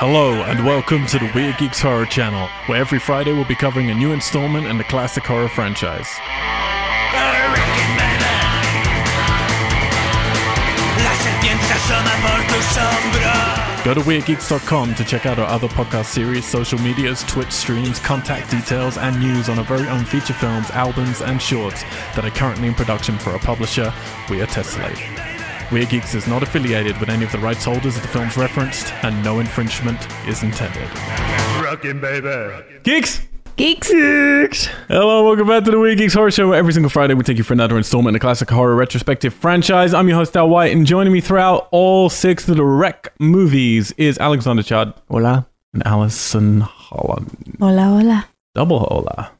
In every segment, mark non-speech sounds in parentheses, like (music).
Hello and welcome to the Weird Geeks Horror Channel, where every Friday we'll be covering a new installment in the classic horror franchise. La serpiente se asoma por tu sombra. Go to WeirdGeeks.com to check out our other podcast series, social medias, Twitch streams, contact details, and news on our very own feature films, albums, and shorts that are currently in production for our publisher, We Are Tessellate. Weird Geeks is not affiliated with any of the rights holders of the films referenced, and no infringement is intended. Rockin' baby. Geeks! Geeks. Hello, welcome back to the Weird Geeks Horror Show, where every single Friday we take you for another installment in the classic horror retrospective franchise. I'm your host, Al White, and joining me throughout all six of the wreck movies is Alexander Chad. Hola. And Alison Holland. Hola, hola. Double hola.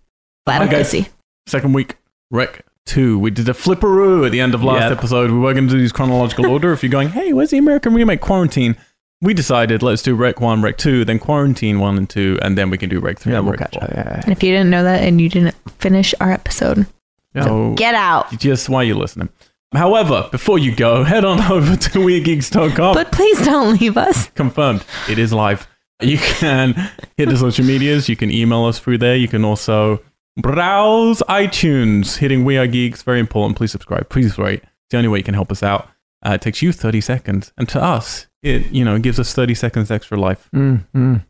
Claro Okay. que sí. Second week, Wreck 2. We did a flipperoo at the end of last Yep. episode. We were going to do these (laughs) chronological order. If you're going, hey, where's the American remake Quarantine? We decided let's do Wreck 1, Wreck 2, then Quarantine 1 and 2, and then we can do Wreck 3 Yeah, and we'll Wreck catch 4. up. Yeah, And if you didn't know that and you didn't finish our episode, yeah. So- get out. just why you're listening. However, before you go, head on (laughs) over to weirdgeeks.com. But please don't leave us. Confirmed, it is live. You can hit the social medias. You can email us through there. You can also browse iTunes, hitting We Are Geeks. Very important. Please subscribe. Please rate. It's the only way you can help us out. Uh, it takes you 30 seconds, and to us, it you know gives us 30 seconds extra life. Mm, mm.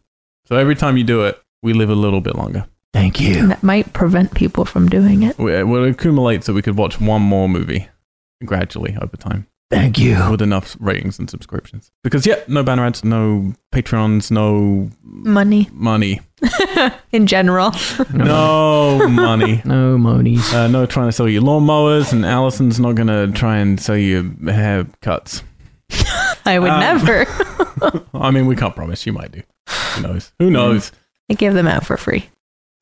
So every time you do it, we live a little bit longer. Thank you. And that might prevent people from doing it. We, we'll accumulate so we could watch one more movie gradually over time. Thank you. with enough ratings and subscriptions. Because yeah, no banner ads, no Patreons, no Money money, in general. (laughs) no money. No monies. Uh, no trying to sell you lawnmowers, and Allison's not gonna try and sell you haircuts. I would Um, never. I mean, we can't promise. You might do. Who knows? Who knows? (laughs) I give them out for free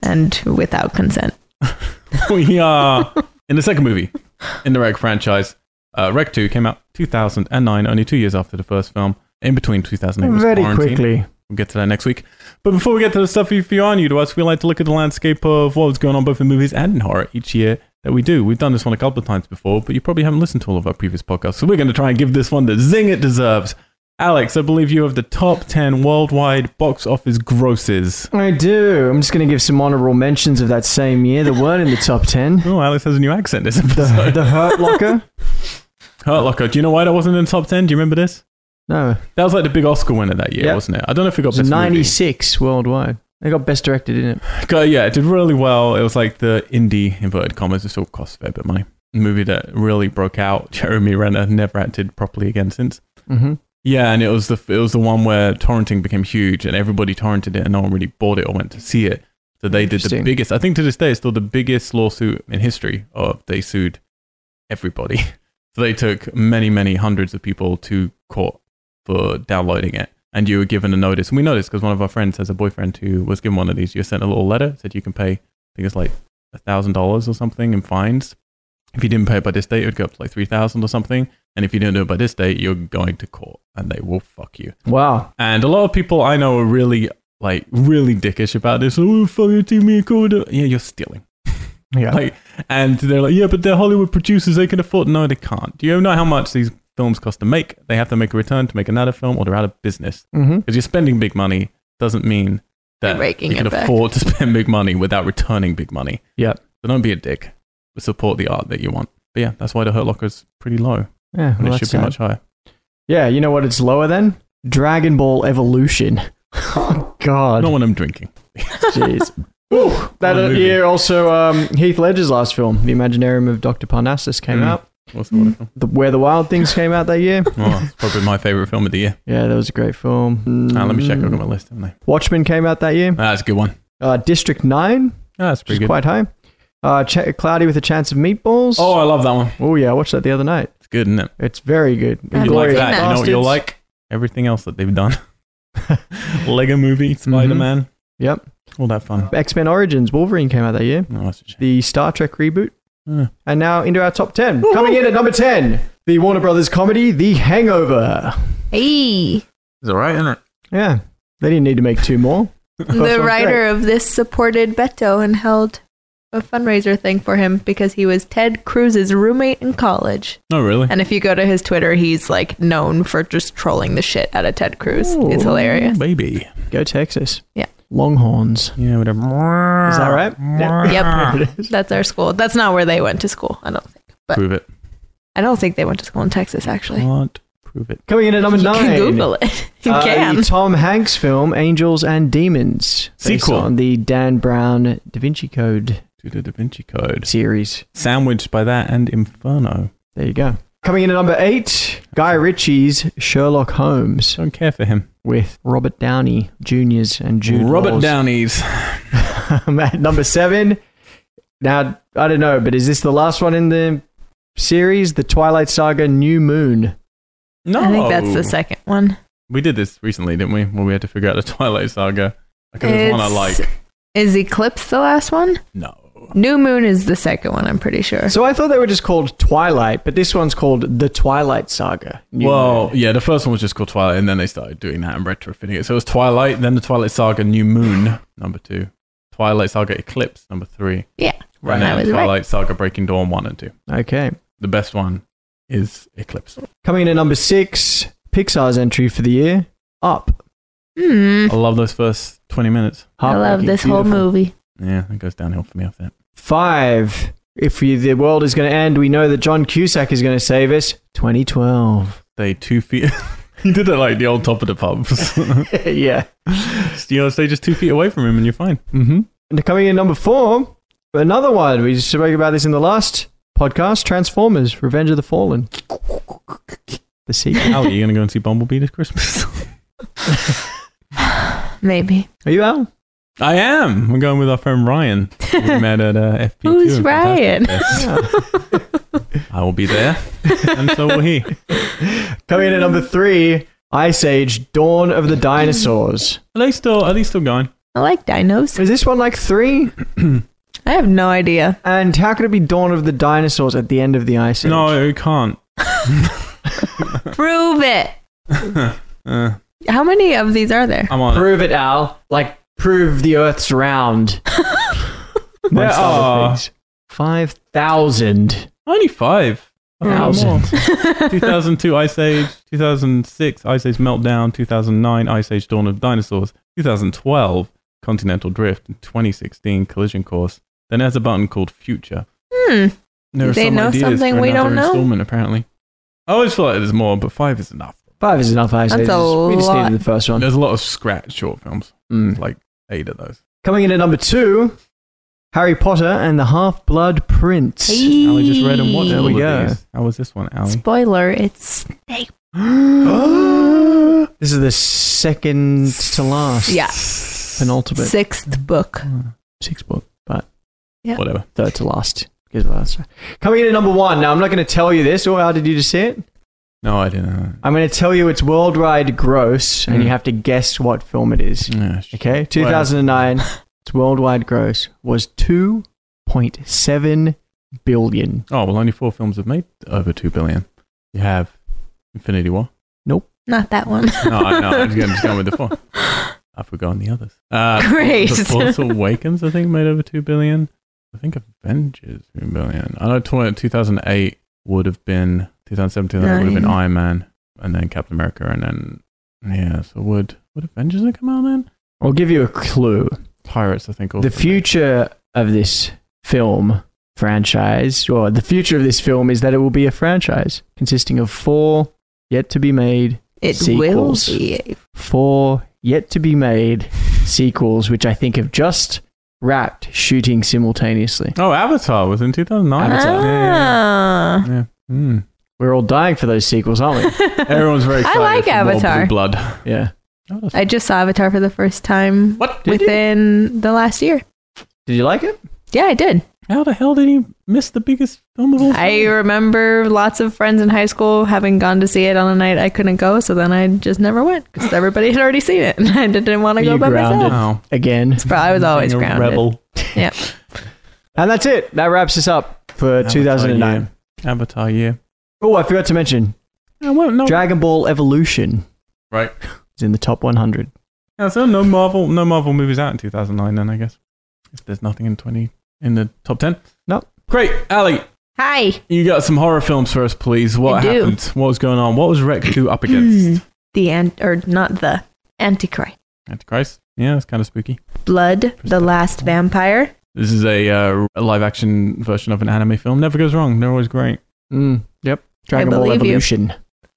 and without consent. we (laughs) are in the second movie in the Rec franchise. Uh, Rec Two came out 2009, only two years after the first film. In between 2008 was Very Quarantine. quickly. We'll get to that next week. But before we get to the stuff if you're new to us, we like to look at the landscape of what was going on both in movies and in horror each year that we do. We've done this one a couple of times before, but you probably haven't listened to all of our previous podcasts. So we're going to try and give this one the zing it deserves. Alex, I believe you have the top 10 worldwide box office grosses. I do. I'm just going to give some honorable mentions of that same year that weren't in the top 10. Oh, Alex has a new accent this (laughs) The, episode. the Hurt Locker? Hurt Locker, do you know why that wasn't in the top 10? Do you remember this? No. That was like the big Oscar winner that year, Yep. wasn't it? I don't know if it got It best was movie. 96 worldwide. They got best directed in it. Go- yeah, it did really well. It was like the indie inverted commas. It still cost a fair bit of money. Movie that really broke out. (laughs) Jeremy Renner never acted properly again since. Mm-hmm. Yeah, and it was the it was the one where torrenting became huge, and everybody torrented it, and no one really bought it or went to see it. So they did the Interesting. biggest. I think to this day, it's still the biggest lawsuit in history. Of they sued everybody. (laughs) So they took many, many hundreds of people to court for downloading it. And you were given a notice. And we noticed because one of our friends has a boyfriend who was given one of these. You were sent a little letter, said you can pay, I think it's like $1,000 or something in fines. If you didn't pay it by this date, it would go up to like 3000 or something. And if you didn't do it by this date, you're going to court and they will fuck you. Wow. And a lot of people I know are really, like, really dickish about this. Oh, fuck, you take me a court. Yeah, you're stealing. Yeah. Like, and they're like, yeah, but they're Hollywood producers; they can afford. No, they can't. Do you know how much these films cost to make? They have to make a return to make another film, or they're out of business. mm-hmm. Because you're spending big money doesn't mean that They're raking you can it back. afford to (laughs) spend big money without returning big money. Yep. So don't be a dick. Support the art that you want. But yeah, that's why the Hurt Locker is pretty low, Yeah, and well, it should that's be sad. much higher. yeah, you know what? It's lower then? Dragon Ball Evolution. oh, (laughs) God. Not when I'm drinking. Jeez. (laughs) Ooh, that What a uh, movie. year also um, Heath Ledger's last film, The Imaginarium of Dr. Parnassus, came Mm. out. What's the other film? The, Where the Wild Things came out that year. Oh, it's probably my favorite film of the year. Yeah, that was a great film. Ah, let me check. I've Mm. got my list, haven't I? Watchmen came out that year. Ah, that's a good one. Uh, District 9, Ah, that's which is pretty good. quite high. Uh, Ch- Cloudy with a Chance of Meatballs. Oh, I love that one. Oh, yeah, I watched that the other night. It's good, isn't it? It's very good. I you like Glorious that, you know what you'll Bastards. like? Everything else that they've done. (laughs) Lego movie, Spider Man. Yep. All that fun. X-Men Origins, Wolverine came out that year. Oh, that's a shame. The Star Trek reboot. Yeah. And now into our top 10. Coming in at number 10, the Warner Brothers comedy, The Hangover. Hey, It's alright, isn't it? Yeah, they didn't need to make two more. (laughs) the sounds writer of this supported Beto and held a fundraiser thing for him because he was Ted Cruz's roommate in college. Oh, No, really? And if you go to his Twitter, he's like known for just trolling the shit out of Ted Cruz. It's Ooh. hilarious. Baby. Go Texas. Yeah. Longhorns. Yeah, whatever. Is Is that right? (laughs) Yep. It is. That's our school. That's not where they went to school. I don't think. Prove it. I don't think they went to school in Texas actually. What? Prove it. Coming in at number you nine. can Google it. (laughs) You uh, can. Tom Hanks film Angels and Demons. based Sequel. on the Dan Brown Da Vinci Code To the Da Vinci Code. series. Sandwiched by that and Inferno. There you go. Coming in at number eight, Guy Ritchie's Sherlock Holmes Don't care for him. with Robert Downey Jr.'s and Jude Robert Law's. Downey's. I'm (laughs) at number seven. Now, I don't know, but is this the last one in the series? The Twilight Saga New Moon. No. I think that's the second one. We did this recently, didn't we? Where we had to figure (laughs) out the Twilight Saga. I could have one I It's- like. Is Eclipse the last one? No. New Moon is the second one, I'm pretty sure. So I thought they were just called Twilight, but this one's called The Twilight Saga. New well, Moon. yeah, the first one was just called Twilight, and then they started doing that and retrofitting it. So it was Twilight, then the Twilight Saga New Moon, number two. Twilight Saga Eclipse, number three. Yeah. Right I now, was right. Twilight Saga Breaking Dawn, one and two. Okay. The best one is (laughs) Eclipse. Coming in at number six, Pixar's entry for the year, Up. Hmm. I love those first 20 minutes. I love Heartbreaking, this whole beautiful. movie. Yeah, it goes downhill for me after that. Five, if we, the world is going to end, we know that John Cusack is going to save us. 2012. They two feet. (laughs) he did it like the old top of the pubs. (laughs) yeah. (laughs) you know, stay just two feet away from him and you're fine. Mm-hmm. And coming in number four, another one. We spoke about this in the last podcast Transformers Revenge of the Fallen. The sequel. Al, are you going to go and see Bumblebee this Christmas? Maybe. Are you out? I am. We're going with our friend Ryan. We met at uh, FP2. Who's and Ryan? (laughs) Fantastic Yeah. Fest. I will be there, and so will he. Are coming in at number three, Ice Age Dawn of the Dinosaurs. they still? Are they still going? I like dinos. Is this one like three? I have no idea. And how could it be Dawn of the Dinosaurs at the end of the Ice Age? No, we can't. Prove it. Uh, How many of these are there? I'm on. it. Prove it, Al. Like, prove the Earth's round. There are- 5,000. Only five. I thought there were more. (laughs) Thousand. 2002 Ice Age, 2006 Ice Age Meltdown, 2009 Ice Age Dawn of Dinosaurs, 2012 Continental Drift, and 2016 Collision Course. Then there's a button called Future. Hmm. There are They some know ideas something for we don't another know? Installment, apparently. I always feel like there's more, but five is enough. Five is enough Ice That's Ages. a we just lot. needed the first one. There's a lot of scratch short films, Mm. like eight of those. Coming in at number two, Harry Potter and the Half Blood Prince. Ali just read and watched There all we of go. these. How was this one, Ali? Spoiler, it's (gasps) this is the second (gasps) to last. Yeah. Penultimate. sixth book. Six book, but Whatever. third to last. Because of the last one. Coming in at number one. Now, I'm not going to tell you this, or how did you just see it? No, I didn't. I'm going to tell you it's worldwide gross, and Mm. you have to guess what film it is. Yeah, sh- Okay? (laughs) 2009, its worldwide gross was 2.7 billion. Oh, well, only four films have made over two billion. You have Infinity War. Not that one. No, I know. (laughs) I'm just going- just going with the four. I've forgotten the others. Uh, Great. The Force (laughs) Awakens, I think, made over two billion. I think Avengers two billion. I know tw- 2008 would have been 2007, 2008 would have been Nine. Iron Man, and then Captain America, and then yeah. So would would Avengers have come out then? I'll give you a clue. Pirates, I think. Also the future of this film franchise, or the future of this film, is that it will be a franchise consisting of four yet to be made, It Sequels. will be. four yet to be made sequels, which I think have just wrapped shooting simultaneously. Oh, Avatar was in 2009. Avatar. Yeah, Ah. yeah, yeah. yeah. Hmm. Mm. We're all dying for those sequels, aren't (laughs) we? Everyone's very I excited. like for more Avatar. Blue Blood. Yeah. Oh, that's- I just saw Avatar for the first time what? Did he? within the last year. Did you like it? Yeah, I did. How the hell did he miss the biggest film of all time? (laughs) I remember lots of friends in high school having gone to see it on a night I couldn't go, so then I just never went because everybody had already seen it (laughs) and I didn't want to Were go you by grounded? myself. Wow. Again. It's pro- I was always Being Oh. a grounded. Rebel. (laughs) Yeah. And that's it. That wraps us up for Avatar 2009. year. Avatar year. Oh, I forgot to mention I won't know. Dragon Ball Evolution right. is in the top 100. Yeah, so no Marvel, no Marvel movies out in 2009. Then I guess if there's nothing in 20, in the top 10? Nope. Great. Ali, Hi. you got some horror films for us, please. What I do. happened? What was going on? What was Rex 2 up against? Hmm. the ant or not the Antichrist. Antichrist? Yeah, it's kind of spooky. Blood, the last vampire. This is a, uh, a live action version of an anime film. Never goes wrong. They're always great. Mm, yep. Dragon Ball believe you. Evolution.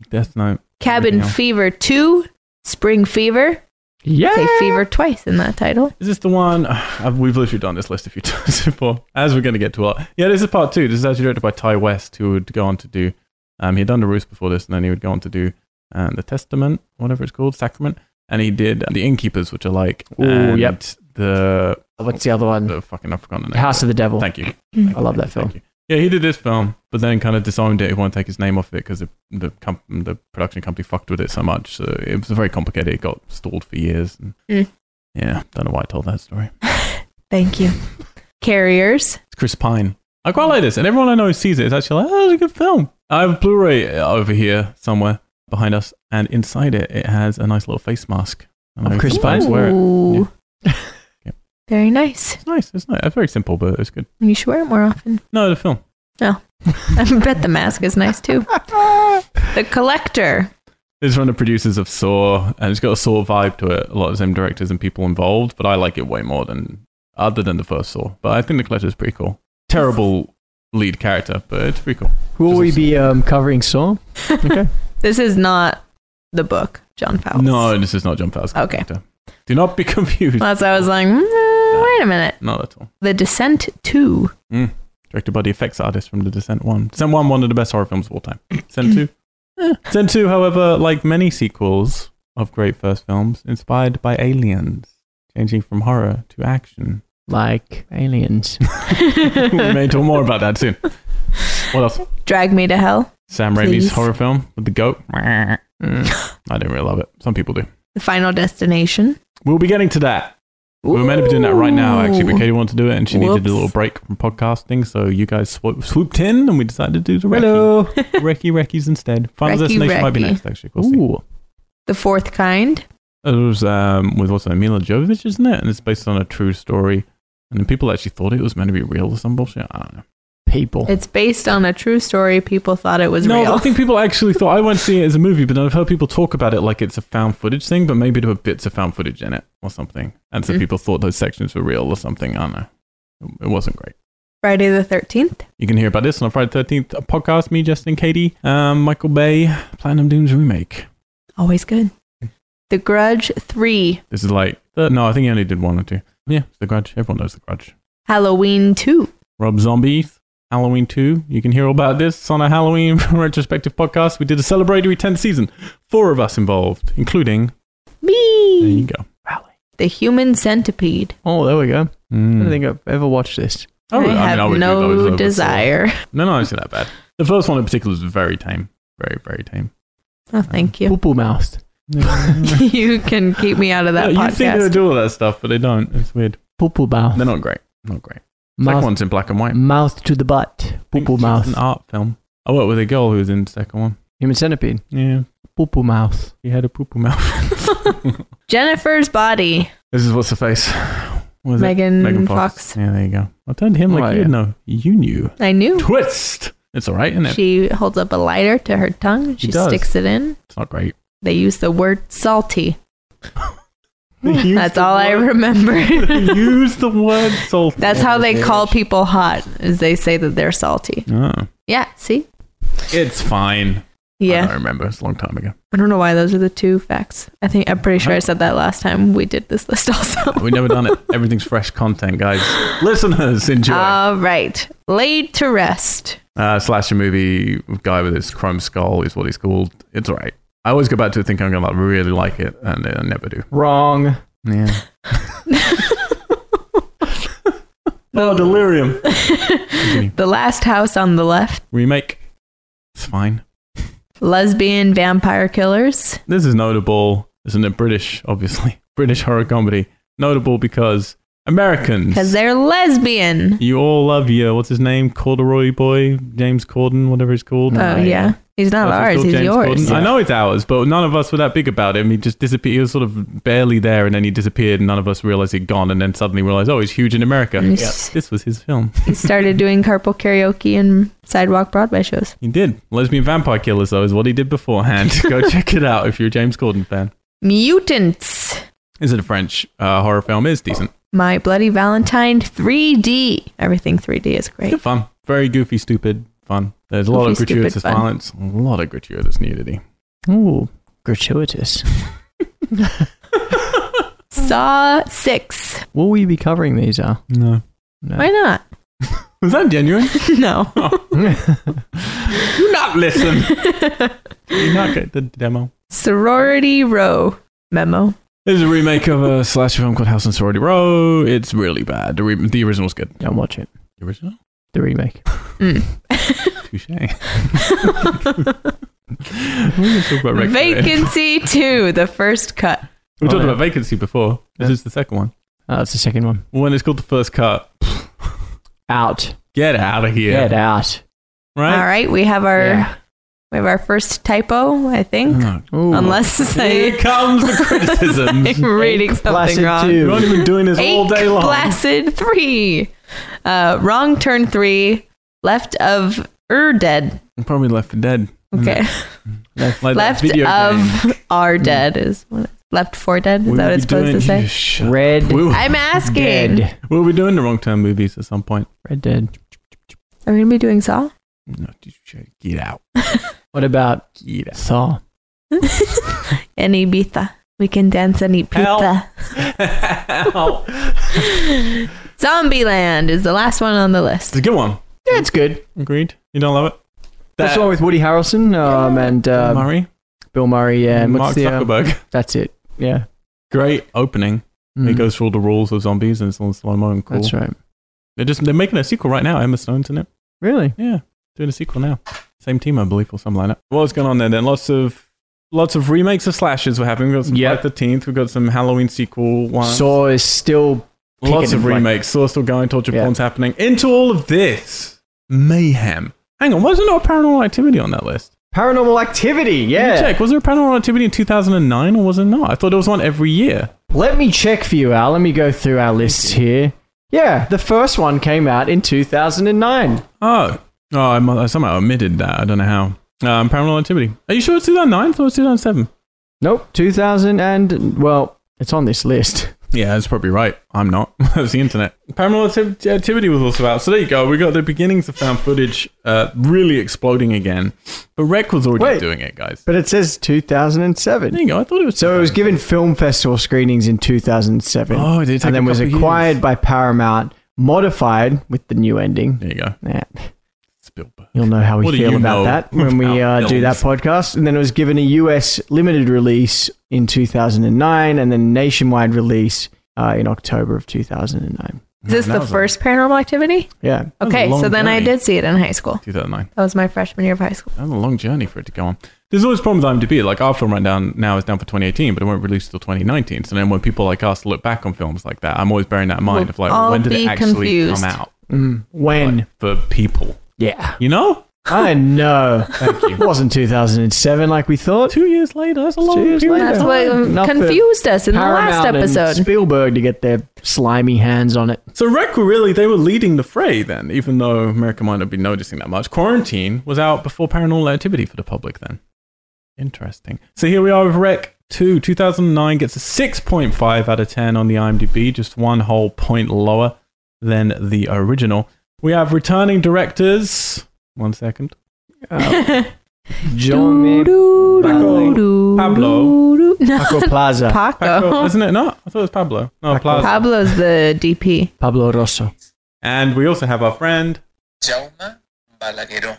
Death Note. Cabin Everything else. Fever 2, Spring Fever. Yeah. Ah. Say fever twice in that title. Is this the one? (sighs) Uh, we've literally done this list a few (laughs) times before, as we're going to get to it. Yeah, this is part two. This is actually directed by Ty West, who would go on to do. Um, he had done The Roost before this, and then he would go on to do um, The Testament, whatever it's called, Sacrament. And he did The Innkeepers, which I like. Ooh, and yep. The, What's the other one? the fucking, I've Uh, forgotten the name. House of the Devil. Thank you. Hmm. I love that film. Thank you. Yeah, he did this film, but then kind of disowned it. He wanted to take his name off it because the the, comp- the production company fucked with it so much. So it was very complicated. It got stalled for years. And, Mm. Yeah, don't know why I told that story. Thank you. Carriers. It's Chris Pine. I quite like this, and everyone I know who sees it is actually like, "Oh, that's a good film." I have a Blu-ray over here somewhere behind us, and inside it, it has a nice little face mask. And Of I Chris sometimes Pine? wear it. Ooh. (laughs) Yeah. Very nice. It's nice. It's nice. It's very simple, but it's good. You should wear it more often. (laughs) No, the film. I bet the mask is (laughs) nice too. The Collector. It's from the producers of Saw, and it's got a Saw vibe to it. A lot of the same directors and people involved, but I like it way more than other than the first Saw. But I think the collector is pretty cool. Terrible lead character, but it's pretty cool. Will we Just- be um, covering Saw? Okay. This is not the book, John Fowles. No, this is not John Favreau's Okay. character. Do not be (laughs) confused. That's why I was like, mm, wait a minute. Not at all. The Descent 2. Directed by the effects artist from The Descent 1. Descent 1, one of the best horror films of all time. Descent 2. Eh. Descent 2, however, like many sequels of great first films, inspired by aliens, changing from horror to action. (laughs) Like aliens. we may talk more about that soon. What else? (laughs) Drag Me to Hell. Sam Please. Raimi's horror film with the goat. (laughs) Mm. I didn't really love it. Some people do. The Final Destination. We'll be getting to that. We were meant to be doing that right now, actually, but Ooh. Katie wanted to do it and she needed Whoops. a little break from podcasting. So you guys swo- swooped in and we decided to do the wrecking. Hello. Recky Reckies instead. Final Recce Destination might be Recce. next, actually. We'll see. Ooh. (laughs) The Fourth Kind. It was um, with what's her name, Mila Jovovich, isn't it? And it's based on a true story. And then people actually thought it was meant to be real or some bullshit. I don't know. People. It's based on a true story. People thought it was no, real. I think people actually thought I went to see it as a movie, but then I've heard people talk about it like it's a found footage thing, but maybe there were bits of found footage in it or something. And so Mm. people thought those sections were real or something. I don't know. It wasn't great. Friday the 13th. You can hear about this on a Friday 13th podcast. Me, Justin, Katie, um, Michael Bay, Platinum Doom's remake. Always good. The Grudge 3. This is like, uh, no, I think he only did one or two. Yeah, it's The Grudge. Everyone knows The Grudge. Halloween 2. Rob Zombies, Halloween 2. You can hear all about this on our Halloween (laughs) retrospective podcast. We did a celebratory 10th season. Four of us involved, including. There you Me. go. The Human Centipede. Oh, there we go. I Mm. don't think I've ever watched this. Oh, I would- I mean, I have would do those no over desire. Saw. No, no, it's not that bad. The first one in particular is very tame. Very, very tame. Oh, (laughs) thank you. Poo-poo mouthed. (laughs) you can keep me out of that Yeah, you think they podcast. do all that stuff, but they don't. It's weird. Poo-poo mouth. They're not great. Not great. Second Mouth, one's in black and white. mouth to the butt. Poo-poo It's mouth. an art film. I worked with a girl who was in the second one. Human centipede. Yeah, Poo-poo mouth. she had a poo poo mouth. (laughs) (laughs) Jennifer's Body. this is what's the face. What is it? Megan, Megan Fox. Yeah, there you go. I turned to him like Oh, you yeah. would know. You knew. I knew. Twist. It's all right, isn't it? She holds up a lighter to her tongue. She does. sticks it in. it's not great. They use the word salty. (laughs) That's all (laughs) I remember. Use the word salt. (laughs) That's how they call people hot, is they say that they're salty. Oh, Yeah, see? it's fine. I Yeah. don't remember. It's a long time ago. I don't know why those are the two facts. I think I'm pretty sure I said that last time we did this list (laughs) also. We've never done it. Everything's fresh content, (laughs) guys. Listeners, enjoy. All right. Laid to rest. (laughs) Uh, slasher movie guy with his chrome skull is what he's called. It's all right. I always go back to it thinking I'm going to really like it, and I never do. Wrong. Yeah. oh, delirium. The last house on the left. Remake. It's fine. Lesbian vampire killers. (laughs) This is notable, isn't it? British, obviously. British horror comedy. Notable because Americans. because they're lesbian. You all love your what's his name, Corduroy Boy, James Corden, whatever it's called. Oh yeah, he's not Mm-hmm. That's what ours. called, He's James yours. Corden. I know it's ours, but none of us were that big about him. He just disappeared. He was sort of barely there, and then he disappeared, and none of us realized he'd gone. And then suddenly realized, oh, he's huge in America. Yes. This was his film. He started doing carpool karaoke and sidewalk Broadway shows. He did Lesbian Vampire Killers, though, is what he did beforehand. (laughs) Go check it out if you're a James Corden fan. Mutants. Is it a French uh, horror film? Is decent. My Bloody Valentine 3D. Everything 3D is (laughs) great. Good fun. Very goofy, stupid fun. There's a lot Goofy, of stupid gratuitous fun. violence. A lot of gratuitous nudity. Ooh, (laughs) gratuitous. Saw 6. Will we be covering these? Uh, No. Why no. not? Was that (laughs) genuine? no. Do not listen. Do not get the demo. Sorority Row. (laughs) Memo. This is a remake of a slasher film called House on Sorority Row. It's really bad. The, re- the original's good. Don't watch it. The original? The remake. Mm. Touche. (laughs) We're gonna talk about Rec Career. Vacancy 2. The first cut. We talked Oh, yeah. about Vacancy before. This is the second one. Oh, that's the second one. When it's called The First Cut. Out. Get out of here. Get out. Right? All right, we have our Yeah. we have our first typo, I think. Oh, (laughs) Ooh. Unless Here I, comes the (laughs) (laughs) criticisms. am reading Ache something Placid wrong. two. You're not even doing this all Ache day long. Placid 3. Uh, wrong turn 3. Left of Er Dead. I'm probably left for dead. Okay. Like that left video game. of Are Dead is what left for dead. Is We'll that what be it's supposed doing- to you say? just shut up. Red We'll, (laughs) I'm asking. Dead. we'll be doing the wrong turn movies at some point. Red Dead. Are we gonna be doing Saw? (laughs) No, touche. Get out. What about Get out. Saw? and Ibiza. We can dance and eat Help. pizza. (laughs) Zombieland is the last one on the It's list. a good one. Yeah, it's good. Agreed. You don't love it? That's the one with Woody Harrelson um, and uh, Murray Bill Murray. Yeah, and Mark what's the, um, Zuckerberg. that's it. Yeah. Great opening. He Mm, goes through all the rules of zombies and it's all slow mo and cool. That's right. They're just they're making a sequel right now. Emma Stone's in it. Really? Yeah, doing a sequel now. Same team, I believe, or something like that. What's going on there then? Lots of lots of remakes of slashes we're having. We've got some Yep. Friday the Thirteenth. We've got some Halloween sequel ones. Saw is still lots kicking of and flying. remakes. Saw still going. Torture Yeah. porn's happening. Into all of this mayhem. Hang on, why is there not a Paranormal Activity on that list? Paranormal Activity. Let Yeah. me check. Was there a Paranormal Activity in 2009 or was it not? I thought there was one every year. Let me check for you, Al. Let me go through our lists here. Yeah, the first one came out in 2009. Oh, oh, I, mu- I somehow omitted that. I don't know how. Um, Paranormal Activity. Are you sure it's 2009 or it's 2007? Nope, 2000 and well, it's on this list. (laughs) Yeah, that's probably right. I'm not. (laughs) That's the internet. Paranormal Activ- Activity was also out. So there you go. We got the beginnings of found footage uh, really exploding again. But Rec was already Wait. doing it, guys. But it says There 2007. you go. I thought it was. So it was given film festival screenings in 2007. Oh, it did take and then a was couple of acquired years. by Paramount, modified with the new ending. There you go. Yeah, Spielberg. you'll know how we What do feel you about know that when we about uh, do that podcast. And then it was given a US limited release in 2009 and then nationwide release uh, in October of 2009. Is this Man, that the was a- first paranormal activity? Yeah. that was a okay, long so then I journey. did see it in high school. 2009. That was my freshman year of high school. That was a long journey for it to go on. There's always problems with IMDb. Like our film right down now is down for 2018, but it won't release till 2019. So then when people like us look back on films like that, I'm always bearing that in mind We'll of like all when did be it actually confused. come out Mm. When? like, for people, yeah. you know? (laughs) I know. Thank It you. wasn't 2007 like we thought. Two years later, that's a long Two years period. later. of That's time. what Not the confused us in the last Paramount (laughs) and episode. Spielberg to get their slimy hands on it. So Rec were really they were leading the fray then, even though America might not be noticing that much. Quarantine was out before Paranormal Activity for the public then. Interesting. So here we are with Rec 2. 2009 gets a 6.5 out of 10 on the IMDb, just one whole point lower than the original. We have returning directors. One second. Oh, John Doo, Paco. doo, doo, Pablo. doo, doo. No, (laughs) Paco Plaza, Paco, (laughs) Paco. isn't it? No, I thought it was Pablo. No, Paco. Plaza. Pablo's the DP. Pablo Rosso, and we also have our friend Jaume Balagueró.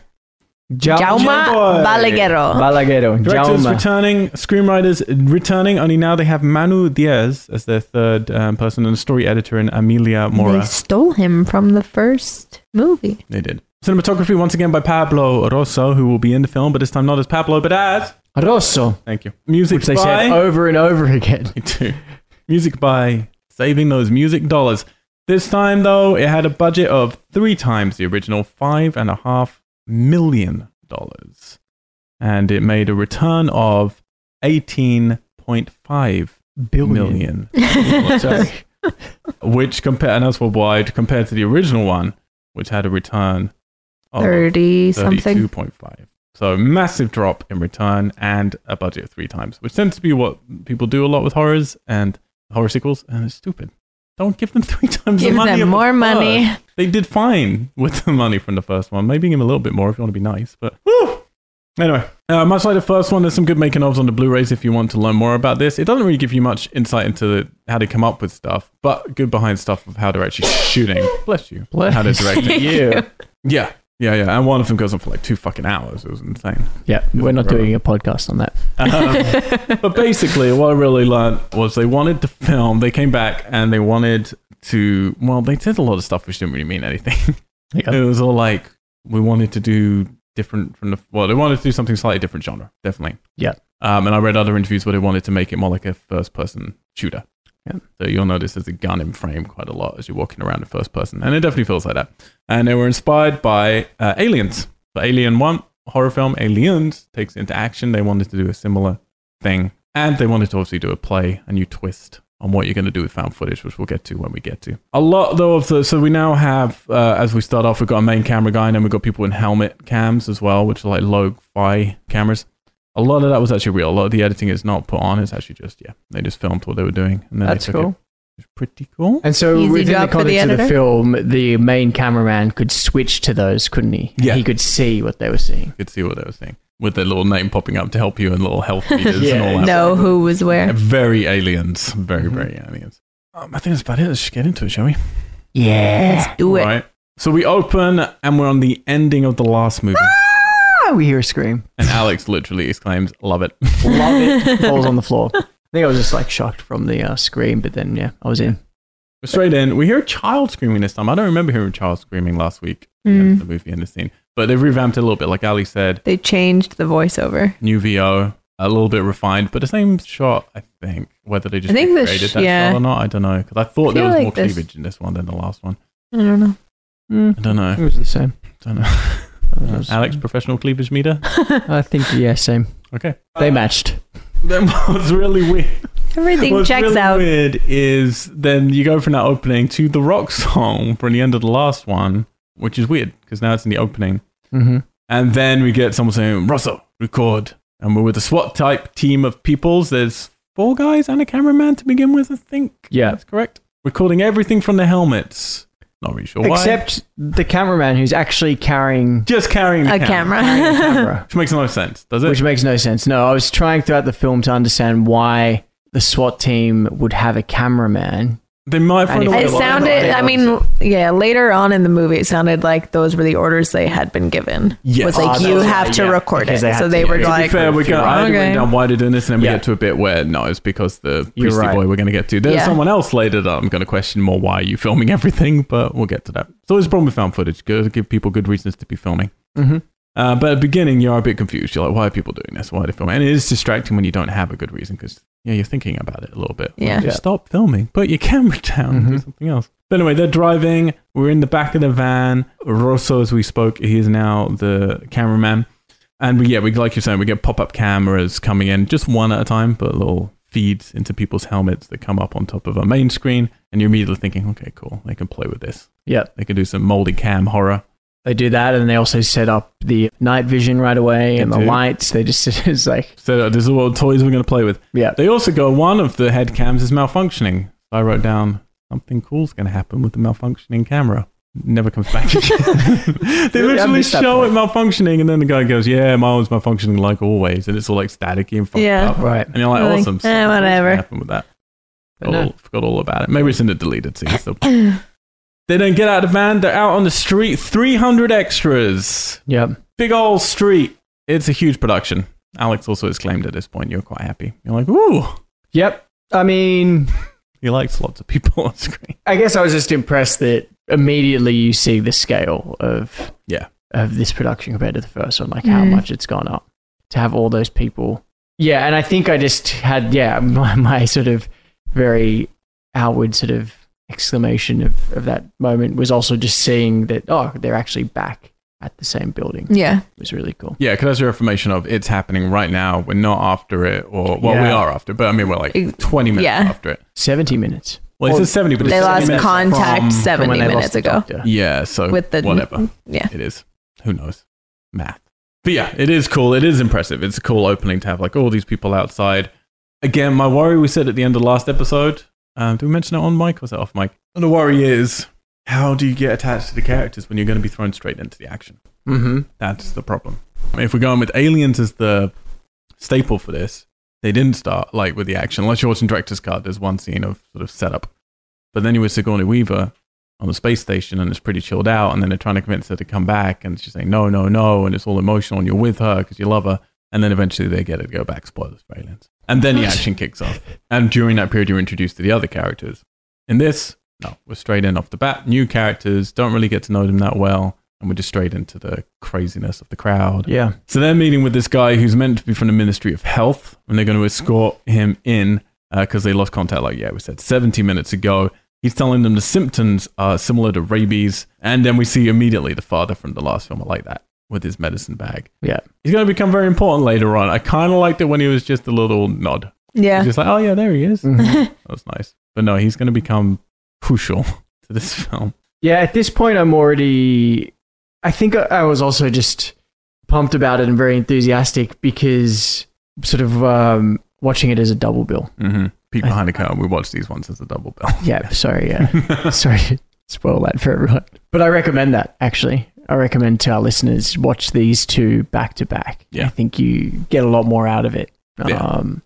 ja- Jauma Boy. Balaguero. Balaguero, Directors Jaume. returning, screenwriters returning, only now they have Manu Diaz as their third um, person and story editor and Amelia They Mora. stole him from the first movie. They did. Cinematography once again by Pablo Rosso, who will be in the film, but this time not as Pablo, but as. Rosso, Thank you. Music which they by. said over and over again. They do. Music by saving those music dollars. This time, though, it had a budget of three times the original, five and a half million dollars, and it made a return of eighteen point five Billion. million, (laughs) Oh, Sorry. which compared and that's worldwide compared to the original one, which had a return of 30 something. 32.5. So massive drop in return and a budget of three times, which tends to be what people do a lot with horrors and horror sequels, and it's stupid. Don't give them (laughs) three times Give the money. them of the more first. money. They did fine with the money from the first one. Maybe give them a little bit more if you want to be nice, but whew. Anyway, uh, much like the first one, there's some good making ofs on the Blu-rays if you want to learn more about this. It doesn't really give you much insight into the, how they come up with stuff, but good behind stuff of how they're (laughs) actually shooting. Bless you. Bless how they're (laughs) directing. you. Yeah, yeah, yeah. And one of them goes on for like two fucking hours. It was insane. Yeah, we're not doing a podcast on that. But basically, what I really learned was they wanted to film. They came back and they wanted to. Well, they did a lot of stuff which didn't really mean anything. (laughs) Yeah. it was all like we wanted to do different from the. Well, they wanted to do something slightly different genre, definitely. Yeah. Um, and I read other interviews where they wanted to make it more like a first-person shooter. Yeah. So you'll notice there's a gun in frame quite a lot as you're walking around in first person, and it definitely feels like that. And they were inspired by uh, Aliens. The Alien One horror film, Aliens, takes it into action. They wanted to do a similar thing, and they wanted to obviously do a play, a new twist on what you're going to do with found footage, which we'll get to when we get to. A lot though of the so we now have uh, as we start off, we've got a main camera guy, and then we've got people in helmet cams as well, which are like low fi cameras. A lot of that was actually real. A lot of the editing is not put on. It's actually just yeah, they just filmed what they were doing, and then That's they took it. cool. It's pretty cool. And so Easy within the job for the context of the editor. film, the main cameraman could switch to those, couldn't he? Yeah. He could see what they were seeing. You could see what they were saying with their little name popping up to help you and little (laughs) health meters and all that. Know who was Yeah, where. Very aliens. Very very aliens. Um, I think that's about it. Let's get into it, shall we? Yeah. Let's do All it. right. So we open and we're on the ending of the last movie. Ah, we hear a scream. And Alex literally exclaims, Love it. (laughs) Love it. (laughs) Falls on the floor. I think I was just like shocked from the uh, scream, but then yeah, I was in. We're straight in. We hear a child screaming this time. I don't remember hearing a child screaming last week in Mm. the movie in the scene. But they've revamped it a little bit. Like Ali said, They changed the voiceover. new VO, a little bit refined, but the same shot, I think. Whether they just I think this- created that yeah. shot or not, I don't know. Because I I thought there feel was like more this- cleavage in this one than the last one. I don't know. I don't know. (laughs) Hmm. It was the same. don't know. It was- Alex, professional cleavage (laughs) meter? I think yeah, same. Okay. They matched. Then what's really weird (laughs) Everything What's checks really out. Weird is then you go from that opening to the rock song from the end of the last one, which is weird because now it's in the opening, Mm-hmm. and then we get someone saying Russell record, and we're with a SWAT type team of peoples. There's four guys and a cameraman to begin with, I think. Yeah. that's correct. Recording everything from the helmets. Not really sure why. Except the cameraman who's actually carrying just carrying the A camera, (laughs) the camera. (laughs) camera, which makes no sense, does it? which makes no sense. No, I was trying throughout the film to understand why the SWAT team would have a cameraman. they might find a Anyway. way. It Well, sounded, well, I mean, yeah, later on in the movie, it sounded like those were the orders they had been given. Yes. Was Ah, like, that's you right, have to yeah, record it. because they so had they to, were yeah. To be like, fair, we're going. I had to write Okay. down why they're doing this, and then we Yeah. get to a bit where no, it's because the You're Priesty right. Boy we're going to get to. There's Yeah. someone else later that I'm going to question more. Why are you filming (laughs) everything? But we'll get to that. It's always a problem with found footage. Go give people good reasons to be filming. Mm-hmm. Uh, but at the beginning, you are a bit confused. You're like, why are people doing this? Why are they filming? And it is distracting when you don't have a good reason because yeah, you're thinking about it a little bit. Yeah. Just stop filming. Put your (laughs) camera down. Do Mhm. something else. But anyway, they're driving. We're in the back of the van. Rosso, as we spoke, he is now the cameraman. And we, yeah, we like you're saying, we get pop up cameras coming in, just one at a time, but little feeds into people's helmets that come up on top of a main screen. And you're immediately thinking, okay, cool, they can play with this. Yep. They can do some moldy cam horror. They do that, and they also set up the night vision right away and the do. lights. They just (laughs) it's like So uh, this is what toys we're going to play with. yeah, They also go, one of the head cams is malfunctioning. I wrote down, something cool's going to happen with the malfunctioning camera. Never comes (laughs) back again. (laughs) they Really? I literally missed that show it point. malfunctioning, and then the guy goes, Yeah, my one's malfunctioning like always. And it's all like staticky and fucked Yeah. up. right. And you're like, Like, Awesome. eh, something cool's gonna whatever. happen with that. But no. All- forgot all about it. Maybe it's in the deleted scene (laughs) still. they don't get out of the van. They're out on the street. 300 extras. Yep. Big old street. It's a huge production. Alex also exclaimed at this point, You're quite happy. You're like, Ooh. Yep. I mean, He likes lots of people on screen. I guess I was just impressed that immediately you see the scale of Yeah. of this production compared to the first one, like how Mm. much it's gone up to have all those (laughs) people. Yeah, and I think I just had yeah my, my sort of very outward sort of exclamation of, of that moment was also just seeing that, oh, they're actually back at the same building. (clears throat) Yeah. It was really cool. Yeah, because that's a affirmation of it's happening right now. We're not after it, or well, we Yeah. are after, it, but I mean, we're Ex- like twenty minutes yeah. after it. 70 minutes. Well, it says seventy, but They it's 70 lost minutes contact from from- when 70 they lost minutes the ago doctor. Yeah, so with the whatever Yeah. it is, who knows, math. But yeah, it is cool. It is impressive. It's a cool opening to have like all these people outside. Again, my worry we said at the end of last episode. Um, did we mention it on mic? or Was it off mic? And the worry is, how do you get attached to the characters when you're going to be thrown straight into the action? Mm-hmm. That's the problem. If we're going with aliens as the staple for this, they didn't start like with the action. Unless you're watching director's cut, there's one scene of sort of setup. But then you were Sigourney Weaver on the space station and it's pretty chilled out. And then they're trying to convince her to come back. And she's saying, no, no, no. And it's all emotional. And you're with her because you love her. And then eventually they get her to go back. Spoilers for aliens. And then the action kicks off. And during that period, you're introduced to the other characters. In this, no, we're straight in off the bat. New characters, don't really get to know them that well. And we're just straight into the craziness of the crowd. Yeah. So they're meeting with this guy who's meant to be from the Ministry of Health, and they're going to escort him in because they lost contact, like, yeah, we said 70 minutes ago. He's telling them the symptoms are similar to rabies, and then we see immediately the father from the last film, I like that, with his medicine bag. Yeah. He's going to become very important later on. I kind of liked it when he was just a little nod. Yeah. He's just like, oh, yeah, there he is. that Mm-hmm. Mhm. was nice. But no, he's going to become crucial (laughs) to this film. Yeah, at this point, I'm already. I think I, I was also just pumped about it and very enthusiastic because sort of um, watching it as a double bill. Mm-hmm. Peek I- behind the curtain. We watched these ones as a double bill. Yeah, sorry. (laughs) Yeah. sorry. to Spoil that for everyone. But I recommend that, actually. I recommend to our listeners watch these two back to back. Yeah. I think you get a lot more out of it. Yeah. Um,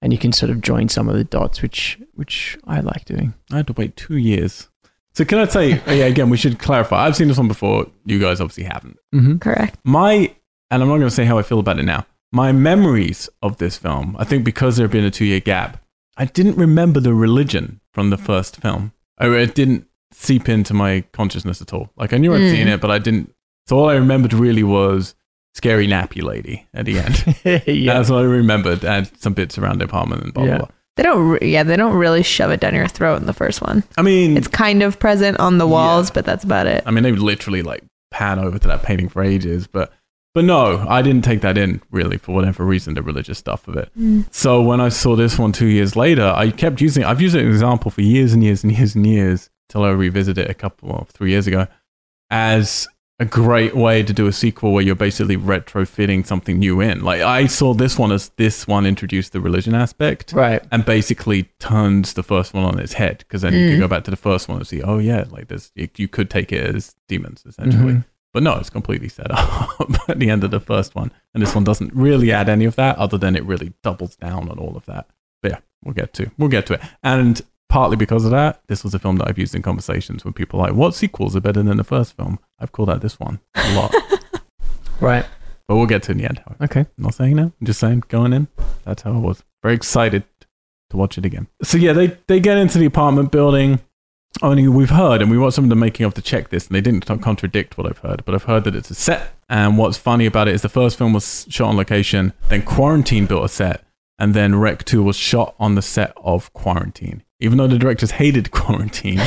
and you can sort of join some of the dots, which which I like doing. I had to wait two years. So can I say oh, yeah, again? We should clarify. I've seen this one before. You guys obviously haven't. (laughs) Mm-hmm. Correct. My and I'm not going to say how I feel about it now. My memories of this film, I think, because there had been a two year gap, I didn't remember the religion from the first film. I it didn't seep into my consciousness at all. Like I knew I'd Mm. seen it, but I didn't. So all I remembered really was scary nappy lady at the (laughs) end. yeah. That's all I remembered, and some bits around the apartment and blah blah Yeah. blah. They don't. Re- yeah, they don't really shove it down your throat in the first one. I mean, It's kind of present on the walls, Yeah. but that's about it. I mean, they would literally like pan over to that painting for ages, but but no, I didn't take that in really for whatever reason, the religious stuff of it. So when I saw this one two years later, I kept using. I've used it as an example for years and years and years and years till I revisited it a couple of three years ago as a great way to do a sequel where you're basically retrofitting something new in. Like I saw this one as this one introduced the religion aspect Right. and basically turns the first one on its head because then you Mm. could go back to the first one and see, oh yeah, like this, you, you could take it as demons essentially. Mhm. But no, it's completely set (laughs) up at the end of the first one, and this one doesn't really add any of that, other than it really doubles down on all of that. But yeah, we'll get to we'll get to it, and partly because of that, this was a film that I've used in conversations with people like, what sequels are better than the first film? I've called out this one a (laughs) lot, Right. but we'll get to it in the end. however. Okay. I'm not saying now. I'm just saying going in. That's how I was. Very excited to watch it again. So yeah, they they get into the apartment building. Only we've heard, and we watched some of the making of the checklist, and they didn't t- contradict what I've heard, but I've heard that it's a set. And what's funny about it is the first film was shot on location, then Quarantine built a set, and then Rec 2 was shot on the set of Quarantine. Even though the directors hated (laughs) Quarantine,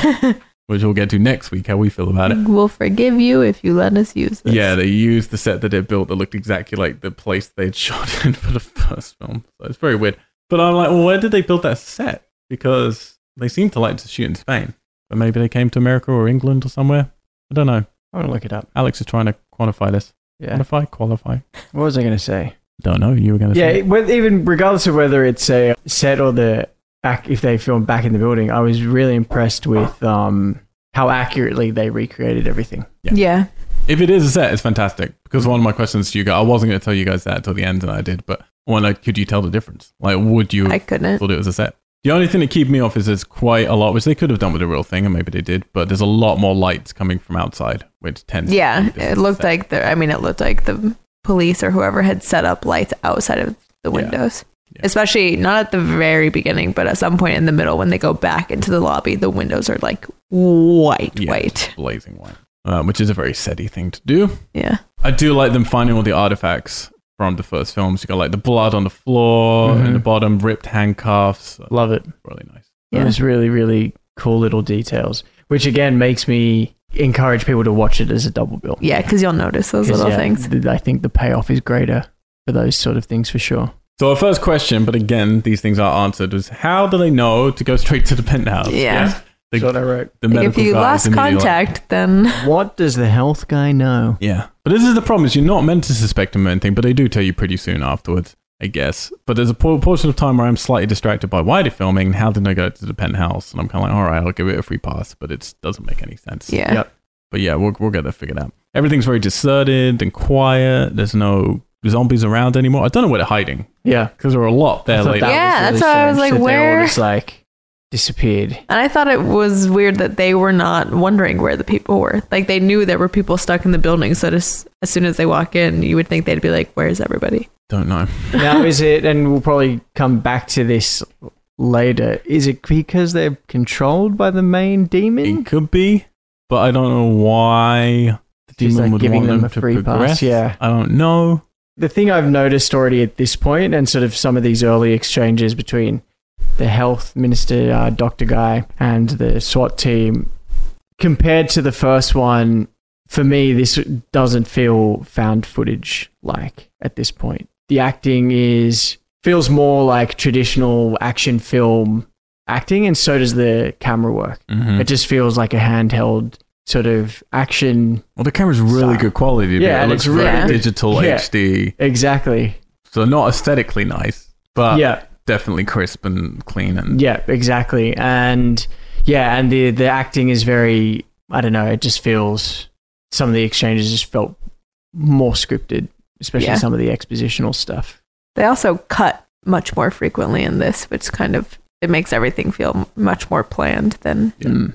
which we'll get to next week, how we feel about it. We'll forgive you if you let us use this. Yeah, they used the set that they built that looked exactly like the place they'd (laughs) shot in for the first film. So it's very weird. But I'm like, well, where did they build that set? Because they seem to like to shoot in Spain. But maybe they came to America or England or somewhere. I don't know. I want to look it up. Alex is trying to quantify this. Yeah. Quantify, qualify. What was I going to say? Don't know. You were going to yeah, say. it, whe- even regardless of whether it's a set or the back, if they filmed back in the building, I was really impressed with um, how accurately they recreated everything. Yeah. Yeah. If it is a set, it's fantastic. Because one of my questions to you guys, I wasn't going to tell you guys that till the end, and I did. But when like, could you tell the difference? Like, would you I couldn't. thought it was a set. The only thing that keep me off is there's quite a lot, which they could have done with a real thing, and maybe they did, but there's a lot more lights coming from outside, which tends. Yeah, to be it looked set. like the. I mean, it looked like the police or whoever had set up lights outside of the Yeah. windows. Yeah. Especially not at the very beginning, but at some point in the middle when they go back into the lobby, the windows are like white, Yeah, it's white. blazing white, um, which is a very setty thing to do. Yeah. I do like them finding all the artifacts from the first films. You got like the blood on the floor Mhm. and the bottom, ripped handcuffs. Love it. Really nice. Yeah. There's really, really cool little details, which again makes me encourage people to watch it as a double bill. Yeah, because you'll notice those 'Cause, little yeah, things. th- I think the payoff is greater for those sort of things for sure. So our first question, but again, these things are answered, was how do they know to go straight to the penthouse? Yeah. uh, The, That's what I wrote. the Like, if medical you guys lost immediately like- contact, then What does the health guy know? yeah. But this is the problem is you're not meant to suspect them of anything, but they do tell you pretty soon afterwards, I guess. But there's a por- portion of time where I'm slightly distracted by why they're filming and how did I go to the penthouse? And I'm kind of like, all right, I'll give it a free pass, but it doesn't make any sense. yeah, Yep. But yeah, we'll, we'll get that figured out. Everything's very deserted and quiet. There's no zombies around anymore. I don't know where they're hiding Yeah. because there are a I lot there thought later. that was Yeah, really that's why I was strange like, that they all where- just, like disappeared. and I thought it was weird that they were not wondering where the people were. Like they knew there were people stuck in the building, so just, as soon as they walk in, you would think they'd be like, "Where's everybody?" Don't know. now is it and we'll probably come back to this later is it because they're controlled by the main demon It could be, but I don't know why the She's, demon like, would giving want them them, a to free pass, progress. yeah. I don't know. the thing i've noticed already at this point and sort of some of these early exchanges between the health minister uh, dr guy and the swat team compared to the first one for me this doesn't feel found footage like at this point the acting is feels more like traditional action film acting and so does the camera work Mhm. It just feels like a handheld sort of action. Well, the camera's really So- good quality. but Yeah, it and looks it's very really- digital Yeah. HD, Exactly. so not aesthetically nice, but yeah. definitely crisp and clean and Yeah. Exactly. And yeah, and the the acting is very. I don't know. It just feels. Some of the exchanges just felt more scripted, especially Yeah. some of the expositional stuff. They also cut much more frequently in this, which kind of it makes everything feel m- much more planned than Yeah. Hmm.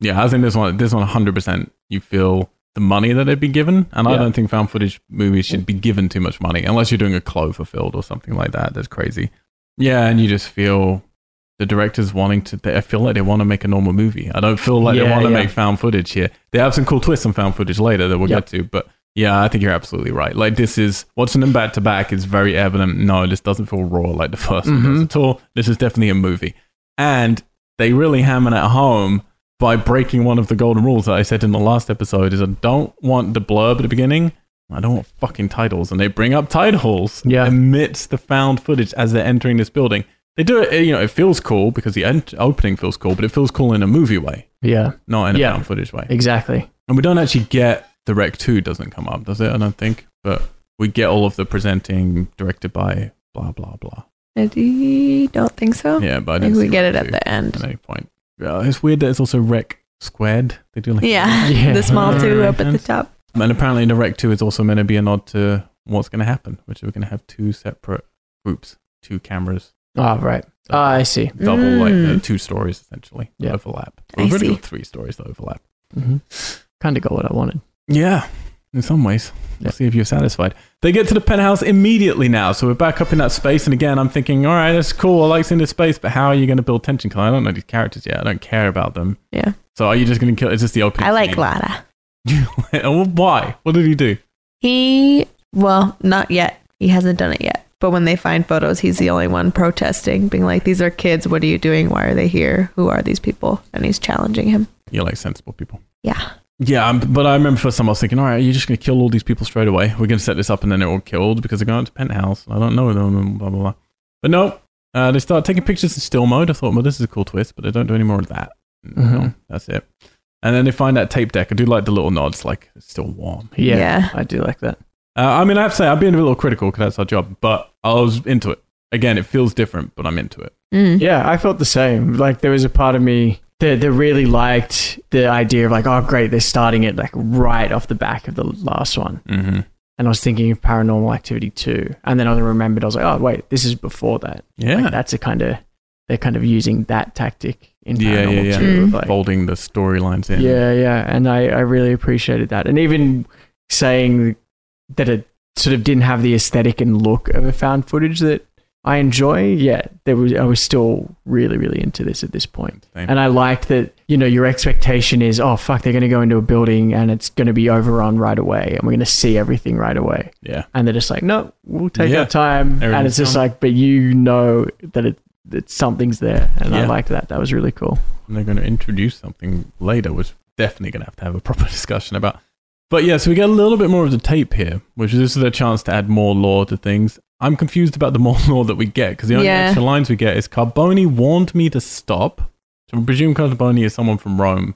yeah. I think this one, this one, hundred percent. You feel the money that they've been given, and I Yeah. don't think found footage movies should be given too much money unless you're doing a Cloverfield or something like that. That's crazy. Yeah, and you just feel the directors wanting to. They, I feel like they want to make a normal movie. I don't feel like they Yeah, want to yeah. make found footage here. They have some cool twists on found footage later that we'll Yeah. get to, but. Yeah, I think you're absolutely right. Like this is watching them back to back is very evident. No, this doesn't feel raw like the 1st one does Mhm. at all. This is definitely a movie, and they really hammer it home by breaking one of the golden rules that I said in the last episode is I don't want the blurb at the beginning. I don't want fucking titles. And they bring up titles Yeah. amidst the found footage as they're entering this building. They do it, eh, you know, it feels cool because the ent- opening feels cool, but it feels cool in a movie way, Yeah. not in a Yeah. found footage way. Exactly. And we don't actually get the Rec 2 doesn't come up, does it? I don't think. But we get all of the presenting directed by blah, blah, blah. I don't think so. Yeah, but I I didn't think we see get Rec it at 2 the end. (laughs) at any point. Yeah, it's weird that it's also Rec squared. They do like Yeah, Yeah. the small two Yeah. up at the top. (laughs) And apparently, in Direct 2 is also meant to be a nod to what's going to happen, which we're going to have two separate groups, two cameras, Oh, right. Oh, I see. double like Mm. uh, two stories essentially Yeah. overlap. I We've already see. got three stories that overlap. hmm Kind of got what I wanted. Yeah, in some ways. Yeah. Let's see if you're satisfied. They get to the penthouse immediately now, so we're back up in that space. And again, I'm thinking, all right, that's cool. I like seeing this space, but how are you going to build tension? Because I don't know these characters yet. I don't care about them. Yeah. So are you just going to kill? Is this the opening? I like scene? Lada. (laughs) Uh, Why? What did he do? He, well, not yet. He hasn't done it yet. But when they find photos, he's the only one protesting, being like, "These are kids. What are you doing? Why are they here? Who are these people?" And he's challenging him. You like sensible people. Yeah, Yeah, um, but I remember first time I was thinking, all right, you're just going to kill all these people straight away. We're going to set this up and then they're all killed because they're going to penthouse. I don't know them and blah, blah, blah. But no, uh, they start taking pictures in still mode. I thought, well, this is a cool twist, but they don't do any more of that. No, Mhm. that's it. And then they find that tape deck. I do like the little nods, like it's still warm. Yeah, Yeah. I do like that. Uh, I mean, I have to say, I've been a little critical because that's our job, but I was into it. Again, it feels different, but I'm into it. mm. Yeah, I felt the same. Like there was a part of me that, that really liked the idea of like, oh great, they're starting it like right off the back of the last one. Mm-hmm. And I was thinking of Paranormal Activity too. And then I remembered I was like, oh wait, this is before that. Yeah. Like that's a kind of they're kind of using that tactic in Yeah, yeah, Paranormal yeah. too. Mm. Like, Folding the storylines in. yeah, yeah. And I, I really appreciated that. And even saying that it sort of didn't have the aesthetic and look of a found footage that I enjoy, yeah, there was I was still really, really into this at this point. Same. And I liked that, you know, your expectation is, oh fuck, they're gonna go into a building and it's gonna be overrun right away and we're gonna see everything right away. Yeah. And they're just like, no, we'll take Yeah. our time. And Everything's it's just fine. like, but you know that it that something's there, and I Yeah. liked that. That was really cool. and they're going to introduce something later, which we're definitely going to have to have a proper (laughs) discussion about. But yeah, so we get a little bit more of the tape here, which is this is a chance to add more lore to things. I'm confused about the (laughs) more lore that we get because the only Yeah. extra lines we get is Carboni warned me to stop. So I presume Carboni is someone from Rome.